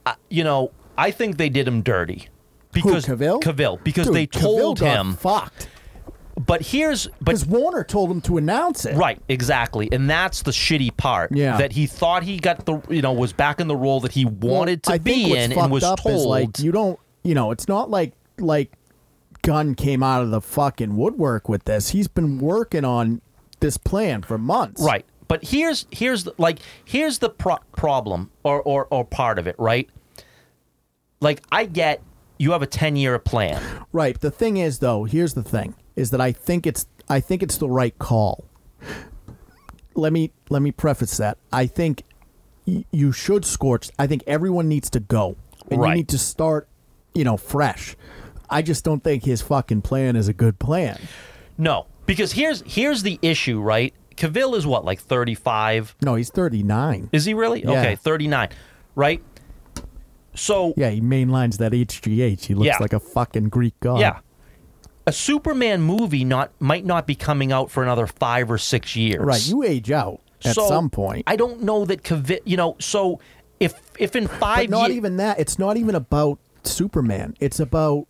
S2: I you know, I think they did him dirty because
S1: Cavill?
S2: because
S1: Dude,
S2: they told
S1: Cavill got
S2: him.
S1: fucked.
S2: But here's but
S1: Because Warner told him to announce it.
S2: Right, exactly, and that's the shitty part.
S1: Yeah.
S2: that he thought he got the you know was back in the role that he wanted to
S1: I
S2: be
S1: think what's
S2: in
S1: fucked
S2: and was
S1: up
S2: told.
S1: Is like you don't, you know, it's not like like Gunn came out of the fucking woodwork with this. He's been working on this plan for months.
S2: Right. But here's here's the, like here's the pro- problem or, or or part of it, right? Like I get you have a 10-year plan.
S1: Right. The thing is though, here's the thing, is that I think it's I think it's the right call. Let me let me preface that. I think y- you should scorch. I think everyone needs to go. And
S2: Right.
S1: you need to start, you know, fresh. I just don't think his fucking plan is a good plan.
S2: No, because here's here's the issue, right? Cavill is what like 35?
S1: No, he's 39.
S2: Is he really?
S1: Yeah.
S2: Okay, 39. Right? So
S1: Yeah, he mainlines that HGH. He looks
S2: Yeah.
S1: like a fucking Greek god.
S2: yeah. A Superman movie not might not be coming out for another 5 or 6 years.
S1: Right. You age out at
S2: So,
S1: some point.
S2: I don't know that Cavill, you know, so if if in 5
S1: But not
S2: ye-
S1: even that. It's not even about Superman. It's about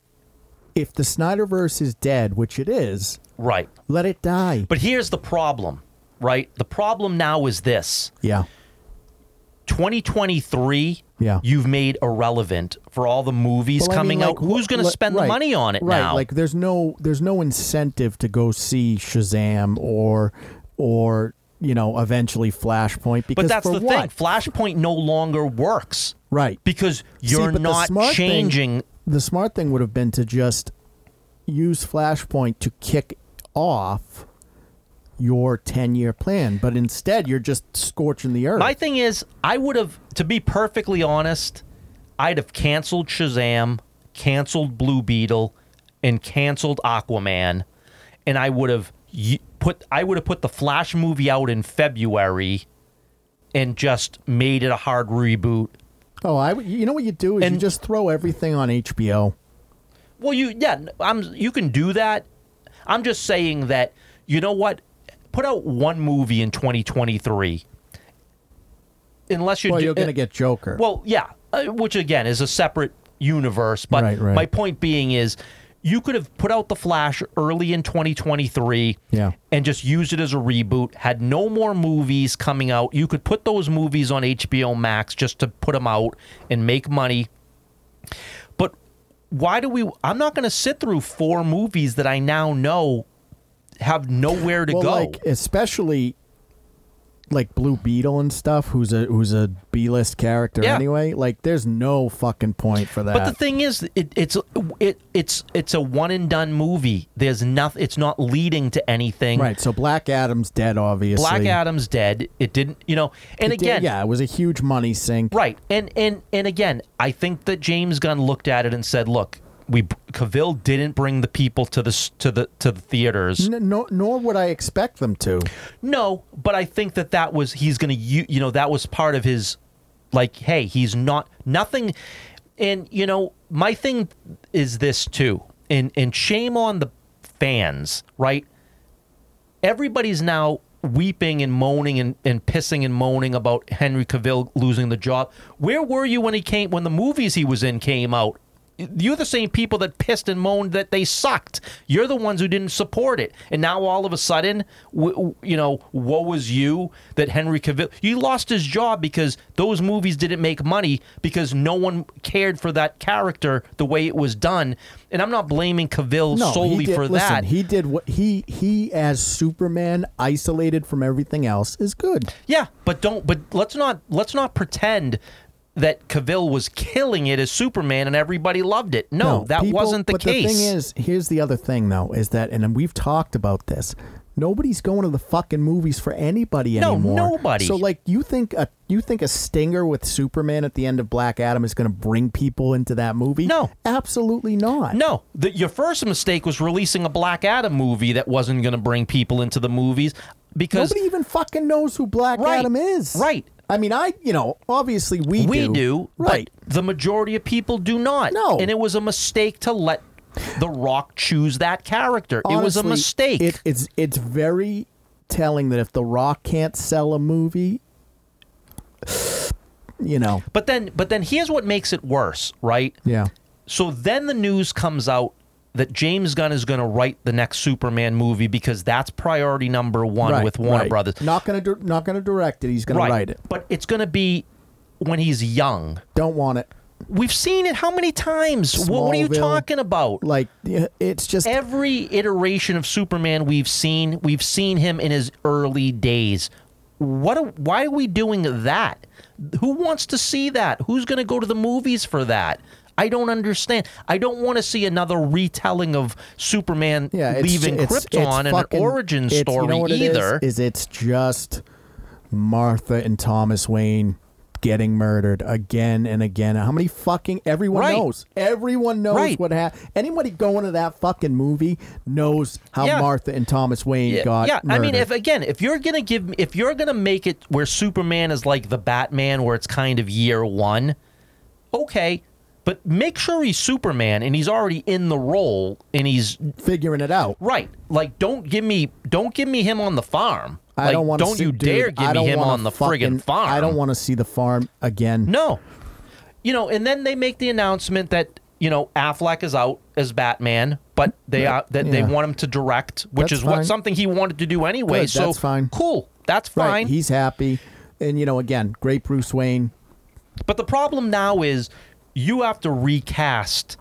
S1: if the Snyderverse is dead, which it is,
S2: right.
S1: let it die.
S2: But here's the problem, right? The problem now is this
S1: yeah.
S2: 2023,
S1: Yeah.
S2: you've made irrelevant for all the movies
S1: Well, I
S2: coming
S1: mean,
S2: out.
S1: like, wh-
S2: Who's going to
S1: like-
S2: spend the
S1: right,
S2: money on it
S1: right,
S2: now?
S1: Like there's no there's no incentive to go see Shazam or or you know eventually Flashpoint because
S2: but that's
S1: for
S2: the
S1: what?
S2: thing. Flashpoint no longer works
S1: Right.
S2: because
S1: See,
S2: you're
S1: but the
S2: not
S1: smart thing-
S2: changing.
S1: the smart thing would have been to just use Flashpoint to kick off your 10-year plan, but instead you're just scorching the earth.
S2: My thing is, I would have, to be perfectly honest, I'd have canceled Shazam, canceled Blue Beetle, and canceled Aquaman, and I would have y- put I would have put the Flash movie out in February, and just made it a hard reboot.
S1: Oh, I. would- You know what you do is you
S2: And-
S1: just throw everything on HBO.
S2: Well, you yeah, I'm you can do that. I'm just saying that you know what, put out one movie in 2023, unless uh, you're
S1: Well,
S2: do-
S1: you're gonna get Joker.
S2: Well, yeah, uh, which again is a separate universe. But
S1: Right, right.
S2: my point being is, you could have put out the Flash early in 2023,
S1: Yeah.
S2: and just used it as a reboot. Had no more movies coming out. You could put those movies on HBO Max just to put them out and make money. But why do we? I'm not going to sit through four movies that I now know have nowhere to
S1: well,
S2: go.
S1: like especially like Blue Beetle and stuff, who's a who's a B-list character
S2: Yeah.
S1: anyway. Like, there's no fucking point for that.
S2: But the thing is, it, it's it it's it's a one and done movie. There's nothing. It's not leading to anything.
S1: right? So Black Adam's dead, obviously.
S2: Black Adam's dead. It didn't. You know. And
S1: It did-
S2: again,
S1: yeah, it was a huge money sink.
S2: right. And and and again, I think that James Gunn looked at it and said, "Look, we Cavill didn't bring the people to the s- to the to the theaters.
S1: N- no, nor would I expect them to.
S2: No, but I think that that was he's going to you you know that was part of his like hey, he's not nothing and you know my thing is this too. And and shame on the fans, right? Everybody's now weeping and moaning and, and pissing and moaning about Henry Cavill losing the job. Where were you when he came when the movies he was in came out? You're the same people that pissed and moaned that they sucked. You're the ones who didn't support it, and now all of a sudden, w- w- you know, woe was you that Henry Cavill. You lost his job because those movies didn't make money because no one cared for that character the way it was done. And I'm not blaming Cavill
S1: No, he
S2: solely
S1: did-
S2: for
S1: listen,
S2: that.
S1: He did what he he as Superman, isolated from everything else, is good.
S2: Yeah, but don't. But let's not let's not pretend that Cavill was killing it as Superman and everybody loved it. No, that
S1: people-
S2: wasn't the
S1: but The
S2: case.
S1: thing is, here's the other thing though, is that, and we've talked about this. Nobody's going to the fucking movies for anybody
S2: No,
S1: anymore.
S2: nobody.
S1: So like, you think a you think a stinger with Superman at the end of Black Adam is going to bring people into that movie?
S2: No.
S1: absolutely not.
S2: no, the, your first mistake was releasing a Black Adam movie that wasn't going to bring people into the movies because
S1: Nobody even fucking knows who Black
S2: Right,
S1: Adam is.
S2: right.
S1: I mean, I you know obviously we
S2: we
S1: do.
S2: do,
S1: Right.
S2: but the majority of people do not.
S1: No.
S2: and it was a mistake to let The Rock choose that character. it was a
S1: honestly,
S2: mistake.
S1: It, it's it's very telling that if The Rock can't sell a movie, you know,
S2: but then, but then, here's what makes it worse, right?
S1: yeah,
S2: So then the news comes out that James Gunn is going to write the next Superman movie because that's priority number one
S1: Right,
S2: with Warner
S1: right.
S2: Brothers.
S1: Not gonna dir- not gonna direct it. He's gonna write it.
S2: But it's going to be when he's young.
S1: Don't want it.
S2: We've seen it how many times? What, what are you
S1: Smallville.
S2: talking about?
S1: Like yeah, it's just
S2: Every iteration of Superman we've seen, we've seen him in his early days. What? Are, why are we doing that? Who wants to see that? Who's going to go to the movies for that? I don't understand. I don't want to see another retelling of Superman
S1: yeah, it's,
S2: leaving
S1: it's, it's
S2: Krypton and
S1: fucking-
S2: an origin
S1: it's- you
S2: story
S1: know what it is?
S2: either.
S1: Is it's just Martha and Thomas Wayne getting murdered again and again. How many fucking everyone
S2: Right.
S1: knows? Everyone knows
S2: Right.
S1: what happened. Anybody going to that fucking movie knows how
S2: Yeah.
S1: Martha and Thomas Wayne
S2: yeah,
S1: got
S2: yeah. I mean,
S1: murdered.
S2: if again, if you're gonna give, if you're gonna make it where Superman is like the Batman, where it's kind of year one, okay, but make sure he's Superman and he's already in the role and he's
S1: figuring it out.
S2: right. Like, don't give me, don't give me him on the farm.
S1: I
S2: Like,
S1: don't want to
S2: Don't
S1: see,
S2: you
S1: dude,
S2: dare
S1: I
S2: give me
S1: don't
S2: him
S1: wanna
S2: on the
S1: fucking-
S2: friggin' farm.
S1: I don't want to see the farm again.
S2: No. You know, and then they make the announcement that you know Affleck is out as Batman, but they are that they
S1: Yeah.
S2: want him to direct, which
S1: That's
S2: is
S1: fine.
S2: what something he wanted to do anyway.
S1: Good,
S2: so
S1: that's fine.
S2: Cool. That's
S1: Right,
S2: fine.
S1: he's happy. And you know, again, great Bruce Wayne.
S2: But the problem now is you have to recast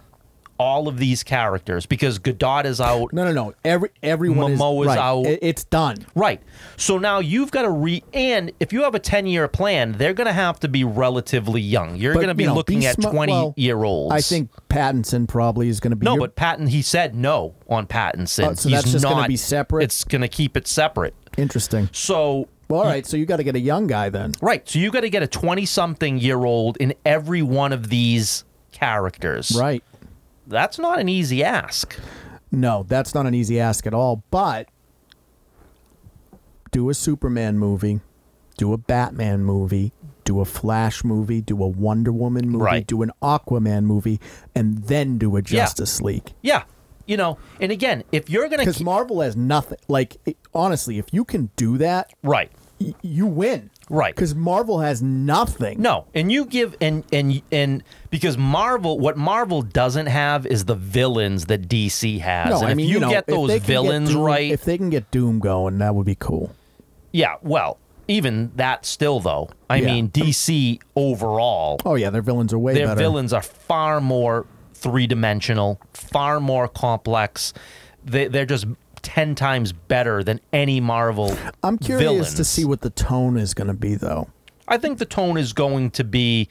S2: all of these characters because Godot is out.
S1: No, no, no. Every everyone
S2: Momoa is
S1: right.
S2: out.
S1: I- It's done.
S2: Right. So now you've got to re and if you have a 10-year plan, they're going to have to be relatively young. You're
S1: But,
S2: going to be
S1: you know,
S2: looking at
S1: sma-
S2: 20
S1: well,
S2: year olds.
S1: I think Pattinson probably is going to be.
S2: No,
S1: your-
S2: but Patton he said no on Pattinson.
S1: Oh, so
S2: He's
S1: that's just
S2: not,
S1: gonna be separate?
S2: It's going to keep it separate.
S1: interesting.
S2: So
S1: Well, all right. So you got to get a young guy then.
S2: right, so you got to get a 20-something year old in every one of these characters.
S1: Right.
S2: That's not an easy ask.
S1: No, that's not an easy ask at all. But do a Superman movie, do a Batman movie, do a Flash movie, do a Wonder Woman movie,
S2: Right.
S1: do an Aquaman movie, and then do a Justice League.
S2: Yeah. You know, and again, if you're going
S1: Because
S2: to
S1: Marvel has nothing. Like it- honestly, if you can do that,
S2: right.
S1: y- you win.
S2: Right.
S1: Because Marvel has nothing.
S2: No, and you give and and and because Marvel what Marvel doesn't have is the villains that DC has.
S1: No,
S2: and
S1: I
S2: if
S1: mean,
S2: you,
S1: know,
S2: get
S1: if
S2: those
S1: they can
S2: villains
S1: Doom-
S2: right,
S1: If they can get Doom going, that would be cool.
S2: yeah, well, even that still though. I
S1: Yeah.
S2: mean, DC overall,
S1: Oh yeah, their villains are way
S2: their
S1: better.
S2: villains are far more three-dimensional, far more complex. They they're just 10 times better than any Marvel
S1: I'm curious to
S2: villains.
S1: see what the tone is going to be, though.
S2: I think the tone is going to be.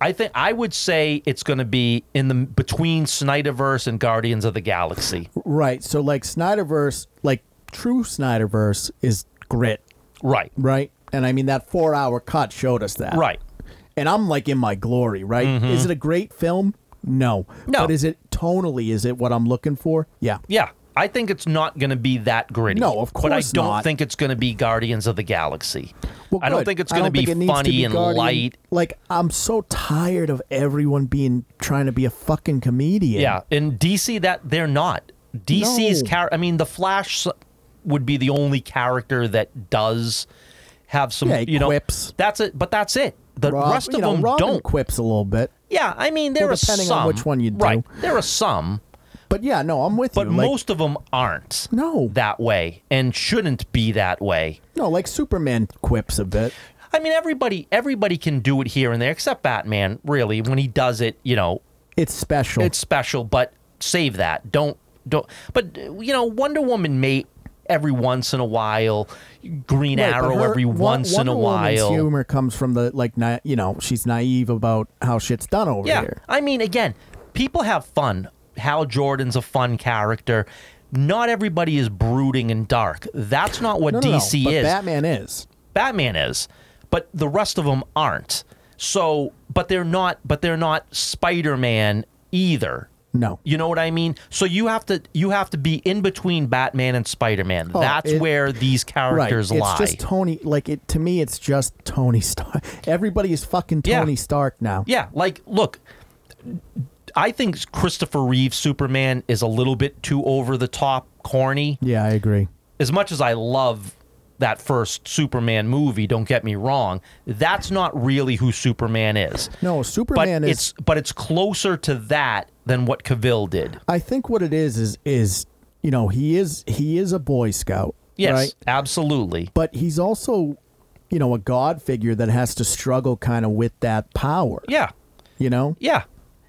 S2: I think I would say it's going to be in the between Snyderverse and Guardians of the Galaxy.
S1: Right. So like Snyderverse, like true Snyderverse is grit,
S2: Right.
S1: right? And I mean that four hour cut showed us that.
S2: Right. Mm-hmm.
S1: And I'm like in my glory, right? Is it a great film? No.
S2: No.
S1: But is it tonally? Is it what I'm looking for? Yeah.
S2: Yeah. I think it's not going to be that gritty.
S1: No, of
S2: But I
S1: course
S2: don't
S1: not.
S2: think it's going to be Guardians of the Galaxy.
S1: Well,
S2: I don't
S1: good.
S2: think it's
S1: I
S2: going to
S1: don't
S2: be
S1: think it needs to
S2: funny
S1: be
S2: and
S1: Guardian-
S2: light.
S1: Like I'm so tired of everyone being trying to be a fucking comedian.
S2: Yeah. In DC, that they're not. DC's
S1: No.
S2: character. I mean, the Flash. would be the only character that does have some,
S1: Yeah, he
S2: you know,
S1: quips.
S2: That's it, but that's it. The
S1: Rob-
S2: rest
S1: you
S2: of
S1: know,
S2: them
S1: Robin
S2: don't.
S1: quips a little bit.
S2: Yeah, I mean there
S1: Well,
S2: are
S1: depending
S2: some.
S1: on which one you do.
S2: Right, there are some,
S1: But yeah, no, I'm with
S2: but
S1: you. Like,
S2: most of them aren't.
S1: No.
S2: that way, and shouldn't be that way.
S1: no, like Superman quips a bit.
S2: I mean, everybody, everybody can do it here and there, except Batman. Really, when he does it, you know,
S1: It's special.
S2: it's special. But save that. Don't don't. But you know, Wonder Woman mate every once in a while. Green
S1: Right, but
S2: Arrow
S1: her-
S2: every
S1: Wo-
S2: once in a
S1: Wonder Woman's
S2: while.
S1: humor comes from the like, na- you know, she's naive about how shit's done over
S2: yeah,
S1: here.
S2: I mean, again, people have fun. Hal Jordan's a fun character. Not everybody is brooding and dark. That's not what
S1: No, no, no,
S2: DC
S1: but
S2: is.
S1: Batman is.
S2: Batman is, but the rest of them aren't. So, but they're not, but they're not Spider-Man either.
S1: No.
S2: You know what I mean? So you have to you have to be in between Batman and Spider-Man. That's
S1: Oh, it-
S2: where these
S1: Right.
S2: characters
S1: It's
S2: lie.
S1: just Tony. Like it to me, it's just Tony Stark. Everybody is fucking
S2: Yeah.
S1: Tony Stark now.
S2: yeah, like look, I think Christopher Reeve Superman is a little bit too over the top, corny.
S1: Yeah, I agree.
S2: as much as I love that first Superman movie, don't get me wrong, that's not really who Superman is.
S1: No,
S2: But
S1: Superman is.
S2: it's but it's closer to that than what Cavill did.
S1: I think what it is is is you know he is he is a Boy Scout.
S2: Yes,
S1: Right.
S2: absolutely.
S1: But he's also, you know, a god figure that has to struggle kind of with that power.
S2: Yeah.
S1: You know.
S2: Yeah.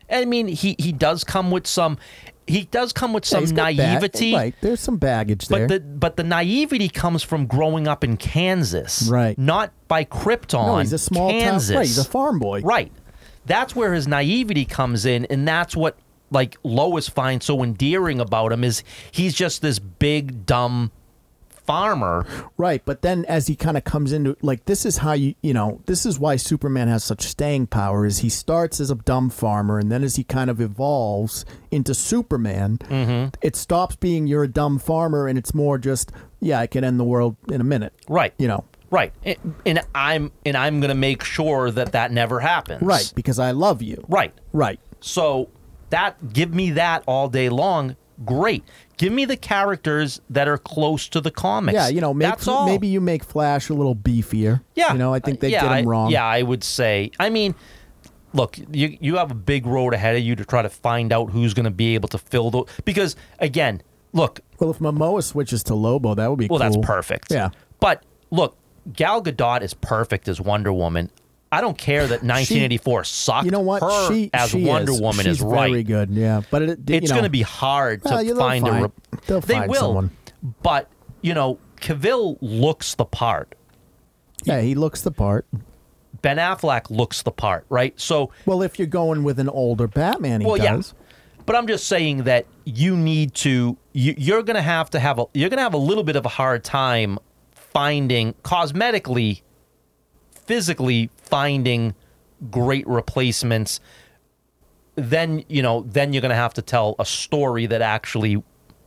S2: I mean, he he does come with some he does come with
S1: Yeah,
S2: some
S1: he's got ba-
S2: naivety,
S1: right. There's some baggage there.
S2: but the but the naivety comes from growing up in Kansas.
S1: Right.
S2: Not by Krypton.
S1: no, he's a small
S2: Kansas.
S1: town. Right. He's a farm boy.
S2: Right. That's where his naivety comes in, and that's what like Lois finds so endearing about him is he's just this big dumb farmer.
S1: Right, but then as he kind of comes into like this is how you you know this is why Superman has such staying power is he starts as a dumb farmer and then as he kind of evolves into Superman,
S2: Mm-hmm.
S1: it stops being you're a dumb farmer and it's more just yeah I can end the world in a minute.
S2: Right.
S1: You know.
S2: Right. And, and I'm and I'm gonna make sure that that never happens.
S1: Right, because I love you.
S2: Right.
S1: Right.
S2: So that give me that all day long. Great. Give me the characters that are close to the comics.
S1: Yeah, you know, maybe,
S2: That's all.
S1: maybe you make Flash a little beefier.
S2: Yeah.
S1: You know, I think they
S2: yeah,
S1: get him
S2: I-
S1: wrong.
S2: Yeah, I would say. I mean, look, you you have a big road ahead of you to try to find out who's going to be able to fill those. Because again, look,
S1: Well, if Momoa switches to Lobo, that would be
S2: well,
S1: cool.
S2: that's perfect.
S1: Yeah.
S2: But look, Gal Gadot is perfect as Wonder Woman. I don't care that 1984 sucked.
S1: You know what?
S2: Her
S1: she
S2: as
S1: she
S2: Wonder
S1: is.
S2: Woman
S1: She's
S2: is right.
S1: Very good. Yeah, but it, you
S2: it's
S1: know,
S2: going to be hard
S1: Well, yeah,
S2: to
S1: they'll
S2: find a.
S1: find-
S2: Re-
S1: they'll
S2: they
S1: find
S2: will,
S1: someone.
S2: but you know, Cavill looks the part.
S1: Yeah, he looks the part.
S2: Ben Affleck looks the part, right? So
S1: Well, if you're going with an older Batman, he
S2: well,
S1: does.
S2: yeah. But I'm just saying that you need to. You, you're going to have to have a. You're going to have a little bit of a hard time finding cosmetically, physically finding great replacements. Then you know. Then you're going to have to tell a story that actually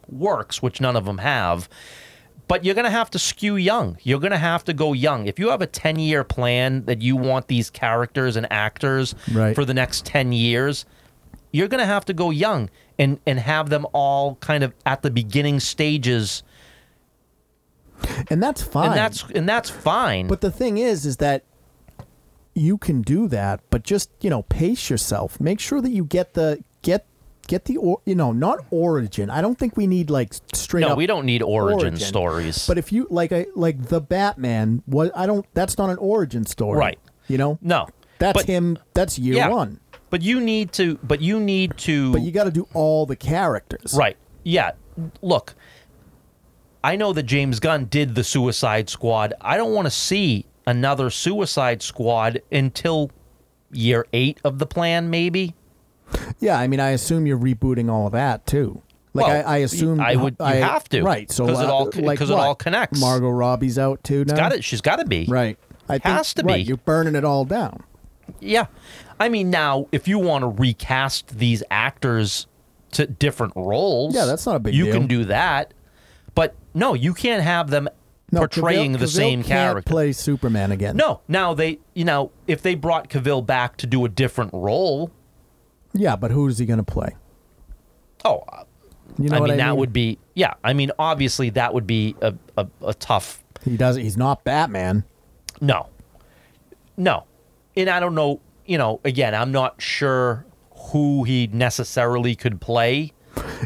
S2: works, which none of them have. But you're going to have to skew young. You're going to have to go young. If you have a 10 year plan that you want these characters and actors
S1: Right.
S2: for the next 10 years, you're going to have to go young and, and have them all kind of at the beginning stages.
S1: and that's fine.
S2: And that's and that's fine.
S1: but the thing is, is that you can do that, but just you know, pace yourself. Make sure that you get the get get the or, you know not origin. I don't think we need like straight
S2: no,
S1: up
S2: we don't need origin,
S1: origin,
S2: stories.
S1: But if you like, I like the Batman. What I don't. That's not an origin story,
S2: Right.
S1: You know.
S2: no.
S1: That's
S2: but,
S1: him. That's year
S2: yeah.
S1: one.
S2: But you need to but you need to
S1: But you got to do all the characters.
S2: Right. Yeah. Look, I know that James Gunn did the Suicide Squad. I don't want to see another Suicide Squad until year eight of the plan, maybe.
S1: Yeah. I mean, I assume you're rebooting all of that too. Like
S2: Well,
S1: I, I assume
S2: I would- you
S1: I-
S2: have to,
S1: Right. So
S2: 'cause it
S1: uh,
S2: all c-
S1: like
S2: 'cause it
S1: what?
S2: all connects.
S1: Margot Robbie's out too now.
S2: Got it. She's got to be
S1: Right. I
S2: Has to
S1: think, right,
S2: be.
S1: You're burning it all down.
S2: Yeah. I mean, now if you want to recast these actors to different roles,
S1: Yeah, that's not a big
S2: You
S1: deal.
S2: can do that, but no, you can't have them
S1: No,
S2: portraying
S1: Cavill-
S2: the
S1: Cavill
S2: same
S1: can't
S2: character.
S1: Play Superman again.
S2: No, now they, you know, if they brought Cavill back to do a different role,
S1: Yeah, but who's he going to play?
S2: oh, uh,
S1: You know
S2: I
S1: what
S2: mean,
S1: I
S2: that
S1: mean?
S2: would be yeah. I mean, obviously that would be a, a, a tough
S1: He doesn't. He's not Batman.
S2: no, no, and I don't know. You know, again, I'm not sure who he necessarily could play.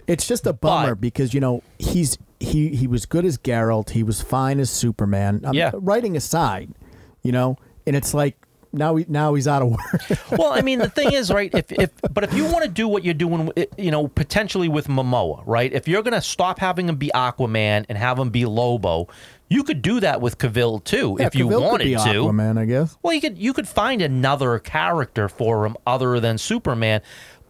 S1: It's just a bummer
S2: But-
S1: because you know he's he he was good as Geralt. He was fine as Superman. I'm
S2: Yeah.
S1: Writing aside, you know, and it's like now he now he's out of work.
S2: Well, I mean, the thing is, right? If if but if you want to do what you're doing, i- you know, potentially with Momoa, right? If you're gonna stop having him be Aquaman and have him be Lobo, you could do that with Cavill too, if you
S1: Cavill could
S2: wanted
S1: be
S2: to.
S1: Aquaman, I guess.
S2: Well, you could you could find another character for him other than Superman,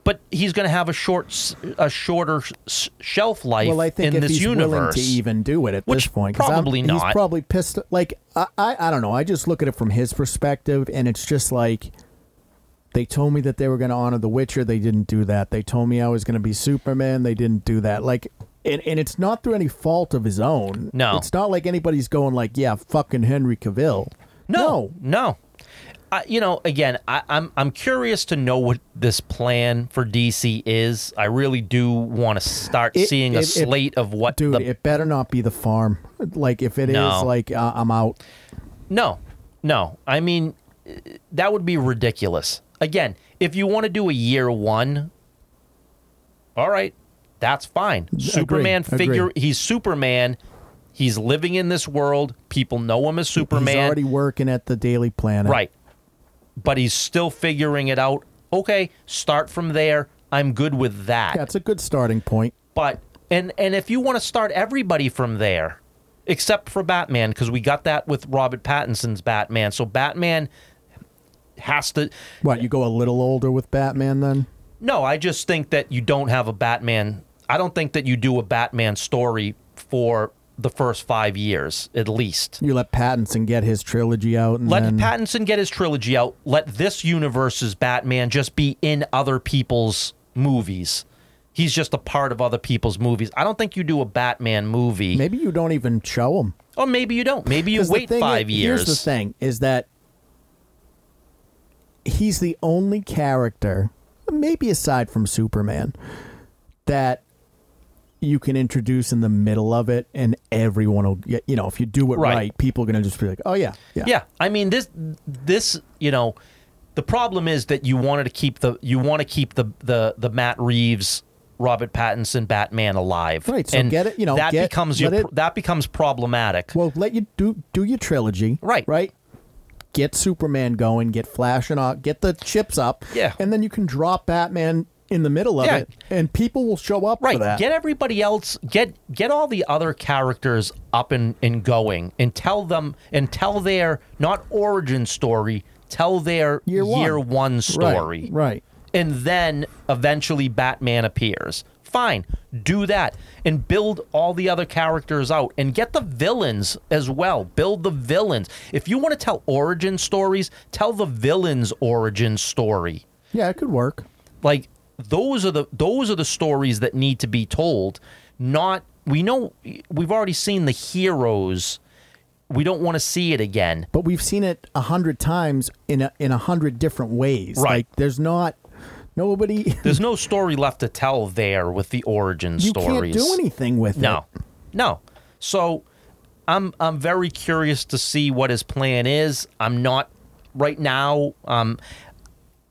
S2: but he's going to have a short s- a shorter s- shelf life
S1: Well, I think if
S2: in this
S1: he's willing
S2: universe.
S1: to even do it at
S2: Which
S1: this point, 'cause I'm-
S2: probably
S1: He's
S2: not.
S1: probably pissed. Like I, I, I don't know. I just look at it from his perspective, and it's just like they told me that they were going to honor The Witcher. They didn't do that. They told me I was going to be Superman. They didn't do that. Like, and, and it's not through any fault of his own.
S2: No.
S1: it's not like anybody's going like, yeah, fucking Henry Cavill.
S2: no, no. I, you know, again, I, I'm I'm curious to know what this plan for DC is. I really do want to start
S1: It-
S2: seeing
S1: it-
S2: a
S1: it-
S2: slate of what
S1: dude,
S2: the
S1: it better not be the farm. Like, if it is,
S2: No.
S1: like uh, I'm out.
S2: No, no. I mean, uh, that would be ridiculous. Again, if you want to do a year one, all right, that's fine. Superman
S1: agree.
S2: figure, he's Superman. He's living in this world. People know him as
S1: He's
S2: Superman.
S1: already working at the Daily Planet.
S2: right. But he's still figuring it out. Okay, start from there. I'm good with that.
S1: That's a good starting point.
S2: But and and if you want to start everybody from there, except for Batman, because we got that with Robert Pattinson's Batman. So Batman has to.
S1: What, you go a little older with Batman then?
S2: No, I just think that you don't have a Batman. I don't think that you do a Batman story for the first five years, at least.
S1: You let Pattinson get his trilogy out and
S2: Let
S1: then
S2: Pattinson get his trilogy out. Let this universe's Batman just be in other people's movies. He's just a part of other people's movies. I don't think you do a Batman movie.
S1: maybe you don't even show him.
S2: Or Oh, maybe you don't. Maybe you
S1: 'Cause the
S2: wait
S1: thing
S2: five
S1: is-
S2: years.
S1: Here's the thing is that he's the only character, maybe aside from Superman, that you can introduce in the middle of it and everyone will get, you know, if you do it right,
S2: Right.
S1: people are going to just be like, oh, yeah, yeah.
S2: Yeah, I mean this. This you know, the problem is that you wanted to keep the you want to keep the the the Matt Reeves, Robert Pattinson Batman alive.
S1: Right, so
S2: and
S1: get it- you know,
S2: that
S1: get-
S2: becomes
S1: let
S2: your,
S1: it-
S2: that becomes problematic.
S1: Well, let you do do your trilogy.
S2: Right.
S1: Right. Get Superman going, get Flash and all, get the chips up.
S2: Yeah.
S1: And then you can drop Batman in the middle of
S2: Yeah.
S1: it and people will show up for
S2: right,
S1: that.
S2: get everybody else. Get get all the other characters up and and going, and tell them and tell their not origin story. Tell their
S1: Year one.
S2: one
S1: Right,
S2: story.
S1: Right.
S2: and then eventually Batman appears. Fine, do that and build all the other characters out and get the villains as well. Build the villains. If you want to tell origin stories, tell the villain's origin story.
S1: Yeah, it could work.
S2: Like those are the those are the stories that need to be told. Not we know we've already seen the heroes. We don't want to see it again.
S1: But we've seen it a hundred times in a, in a hundred different ways.
S2: Right.
S1: Like there's not nobody
S2: There's no story left to tell there with the origin
S1: you
S2: stories.
S1: can't do anything with
S2: No,
S1: it.
S2: no. So I'm I'm very curious to see what his plan is. I'm not right now. Um,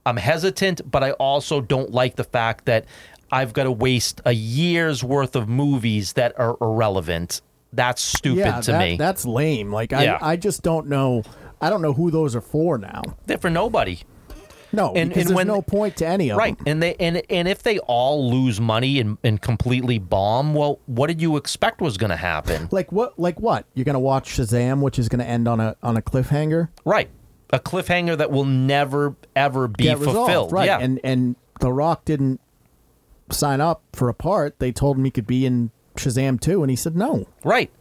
S2: I'm hesitant, but I also don't like the fact that I've got to waste a year's worth of movies that are irrelevant. That's stupid
S1: Yeah,
S2: to
S1: that-
S2: me.
S1: that's lame. Like
S2: Yeah.
S1: I, I just don't know. I don't know who those are for now.
S2: They're for nobody.
S1: No,
S2: And-
S1: because
S2: and
S1: there's
S2: when-
S1: no point to any of
S2: Right.
S1: them.
S2: And they and and if they all lose money and, and completely bomb, well, what did you expect was gonna happen?
S1: Like what? Like what? You're gonna watch Shazam, which is gonna end on a on a cliffhanger.
S2: Right. A cliffhanger that will never ever be
S1: Get
S2: fulfilled.
S1: resolved, right?
S2: Yeah.
S1: And and The Rock didn't sign up for a part. They told him he could be in Shazam too, and he said no.
S2: Right.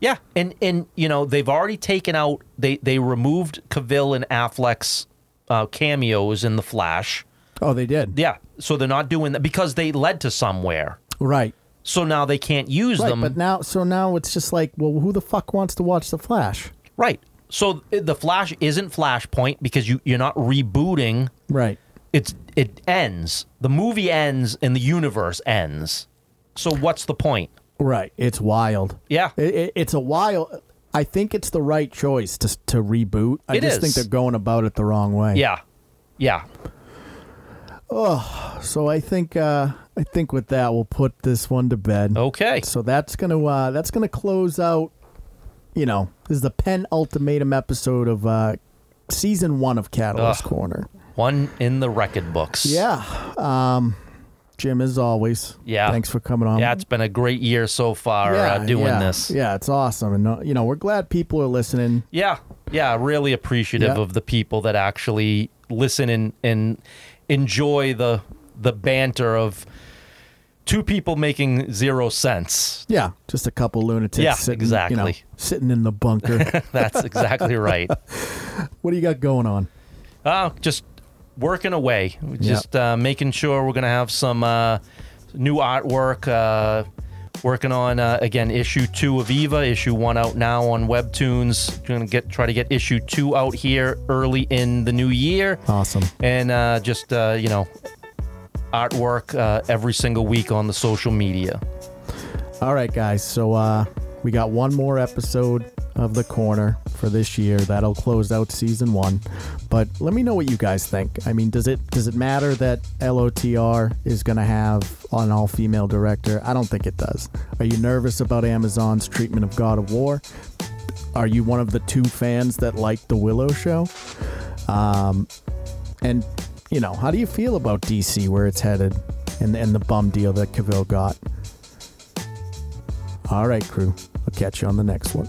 S2: Yeah. And and you know they've already taken out they they removed Cavill and Affleck's uh, cameos in the Flash.
S1: Oh, they did.
S2: Yeah. So they're not doing that because they led to somewhere.
S1: Right.
S2: So now they can't use
S1: Right.
S2: them.
S1: But now, so now it's just like, well, who the fuck wants to watch The Flash?
S2: right. So the Flash isn't Flashpoint because you you're not rebooting.
S1: Right.
S2: It's it ends. The movie ends and the universe ends. So what's the point?
S1: Right. It's wild.
S2: Yeah.
S1: It, it, it's a wild. I think it's the right choice to to reboot. I
S2: It
S1: just think
S2: is.
S1: they're going about it the wrong way.
S2: Yeah. Yeah.
S1: So I think uh, I think with that we'll put this one to bed.
S2: Okay.
S1: So that's gonna uh, that's gonna close out. You know, this is the penultimatum episode of uh, season one of Catalyst
S2: Ugh.
S1: Corner.
S2: One in the record books.
S1: Yeah. Um, Jim, as always.
S2: Yeah.
S1: Thanks for coming on.
S2: Yeah, it's been a great year so far uh, doing
S1: Um, yeah.
S2: this.
S1: Yeah, it's awesome, and uh, you know we're glad people are listening.
S2: Yeah, yeah, really appreciative
S1: Yeah.
S2: of the people that actually listen and and enjoy the the banter of two people making zero sense.
S1: Yeah, just a couple lunatics.
S2: Yeah,
S1: sitting, You know,
S2: exactly.
S1: sitting in the bunker.
S2: That's exactly right.
S1: what do you got going on?
S2: Uh, just working away, just uh, making sure we're gonna have some uh, new artwork. Uh, working on uh, again issue two of Eva, issue one out now on Webtoons. Gonna get try to get issue two out here early in the new year.
S1: Awesome.
S2: and uh, just uh, you know artwork uh, every single week on the social media
S1: All right, guys. So uh, we got one more episode of the corner for this year. That'll close out season one. But let me know what you guys think. I mean, does it does it matter that LOTR is going to have an all female director? I don't think it does. Are you nervous about Amazon's treatment of God of War? Are you one of the two fans that liked the Willow show? Um, and you know, how do you feel about DC where it's headed, and and the bum deal that Cavill got? All right, crew. I'll catch you on the next one.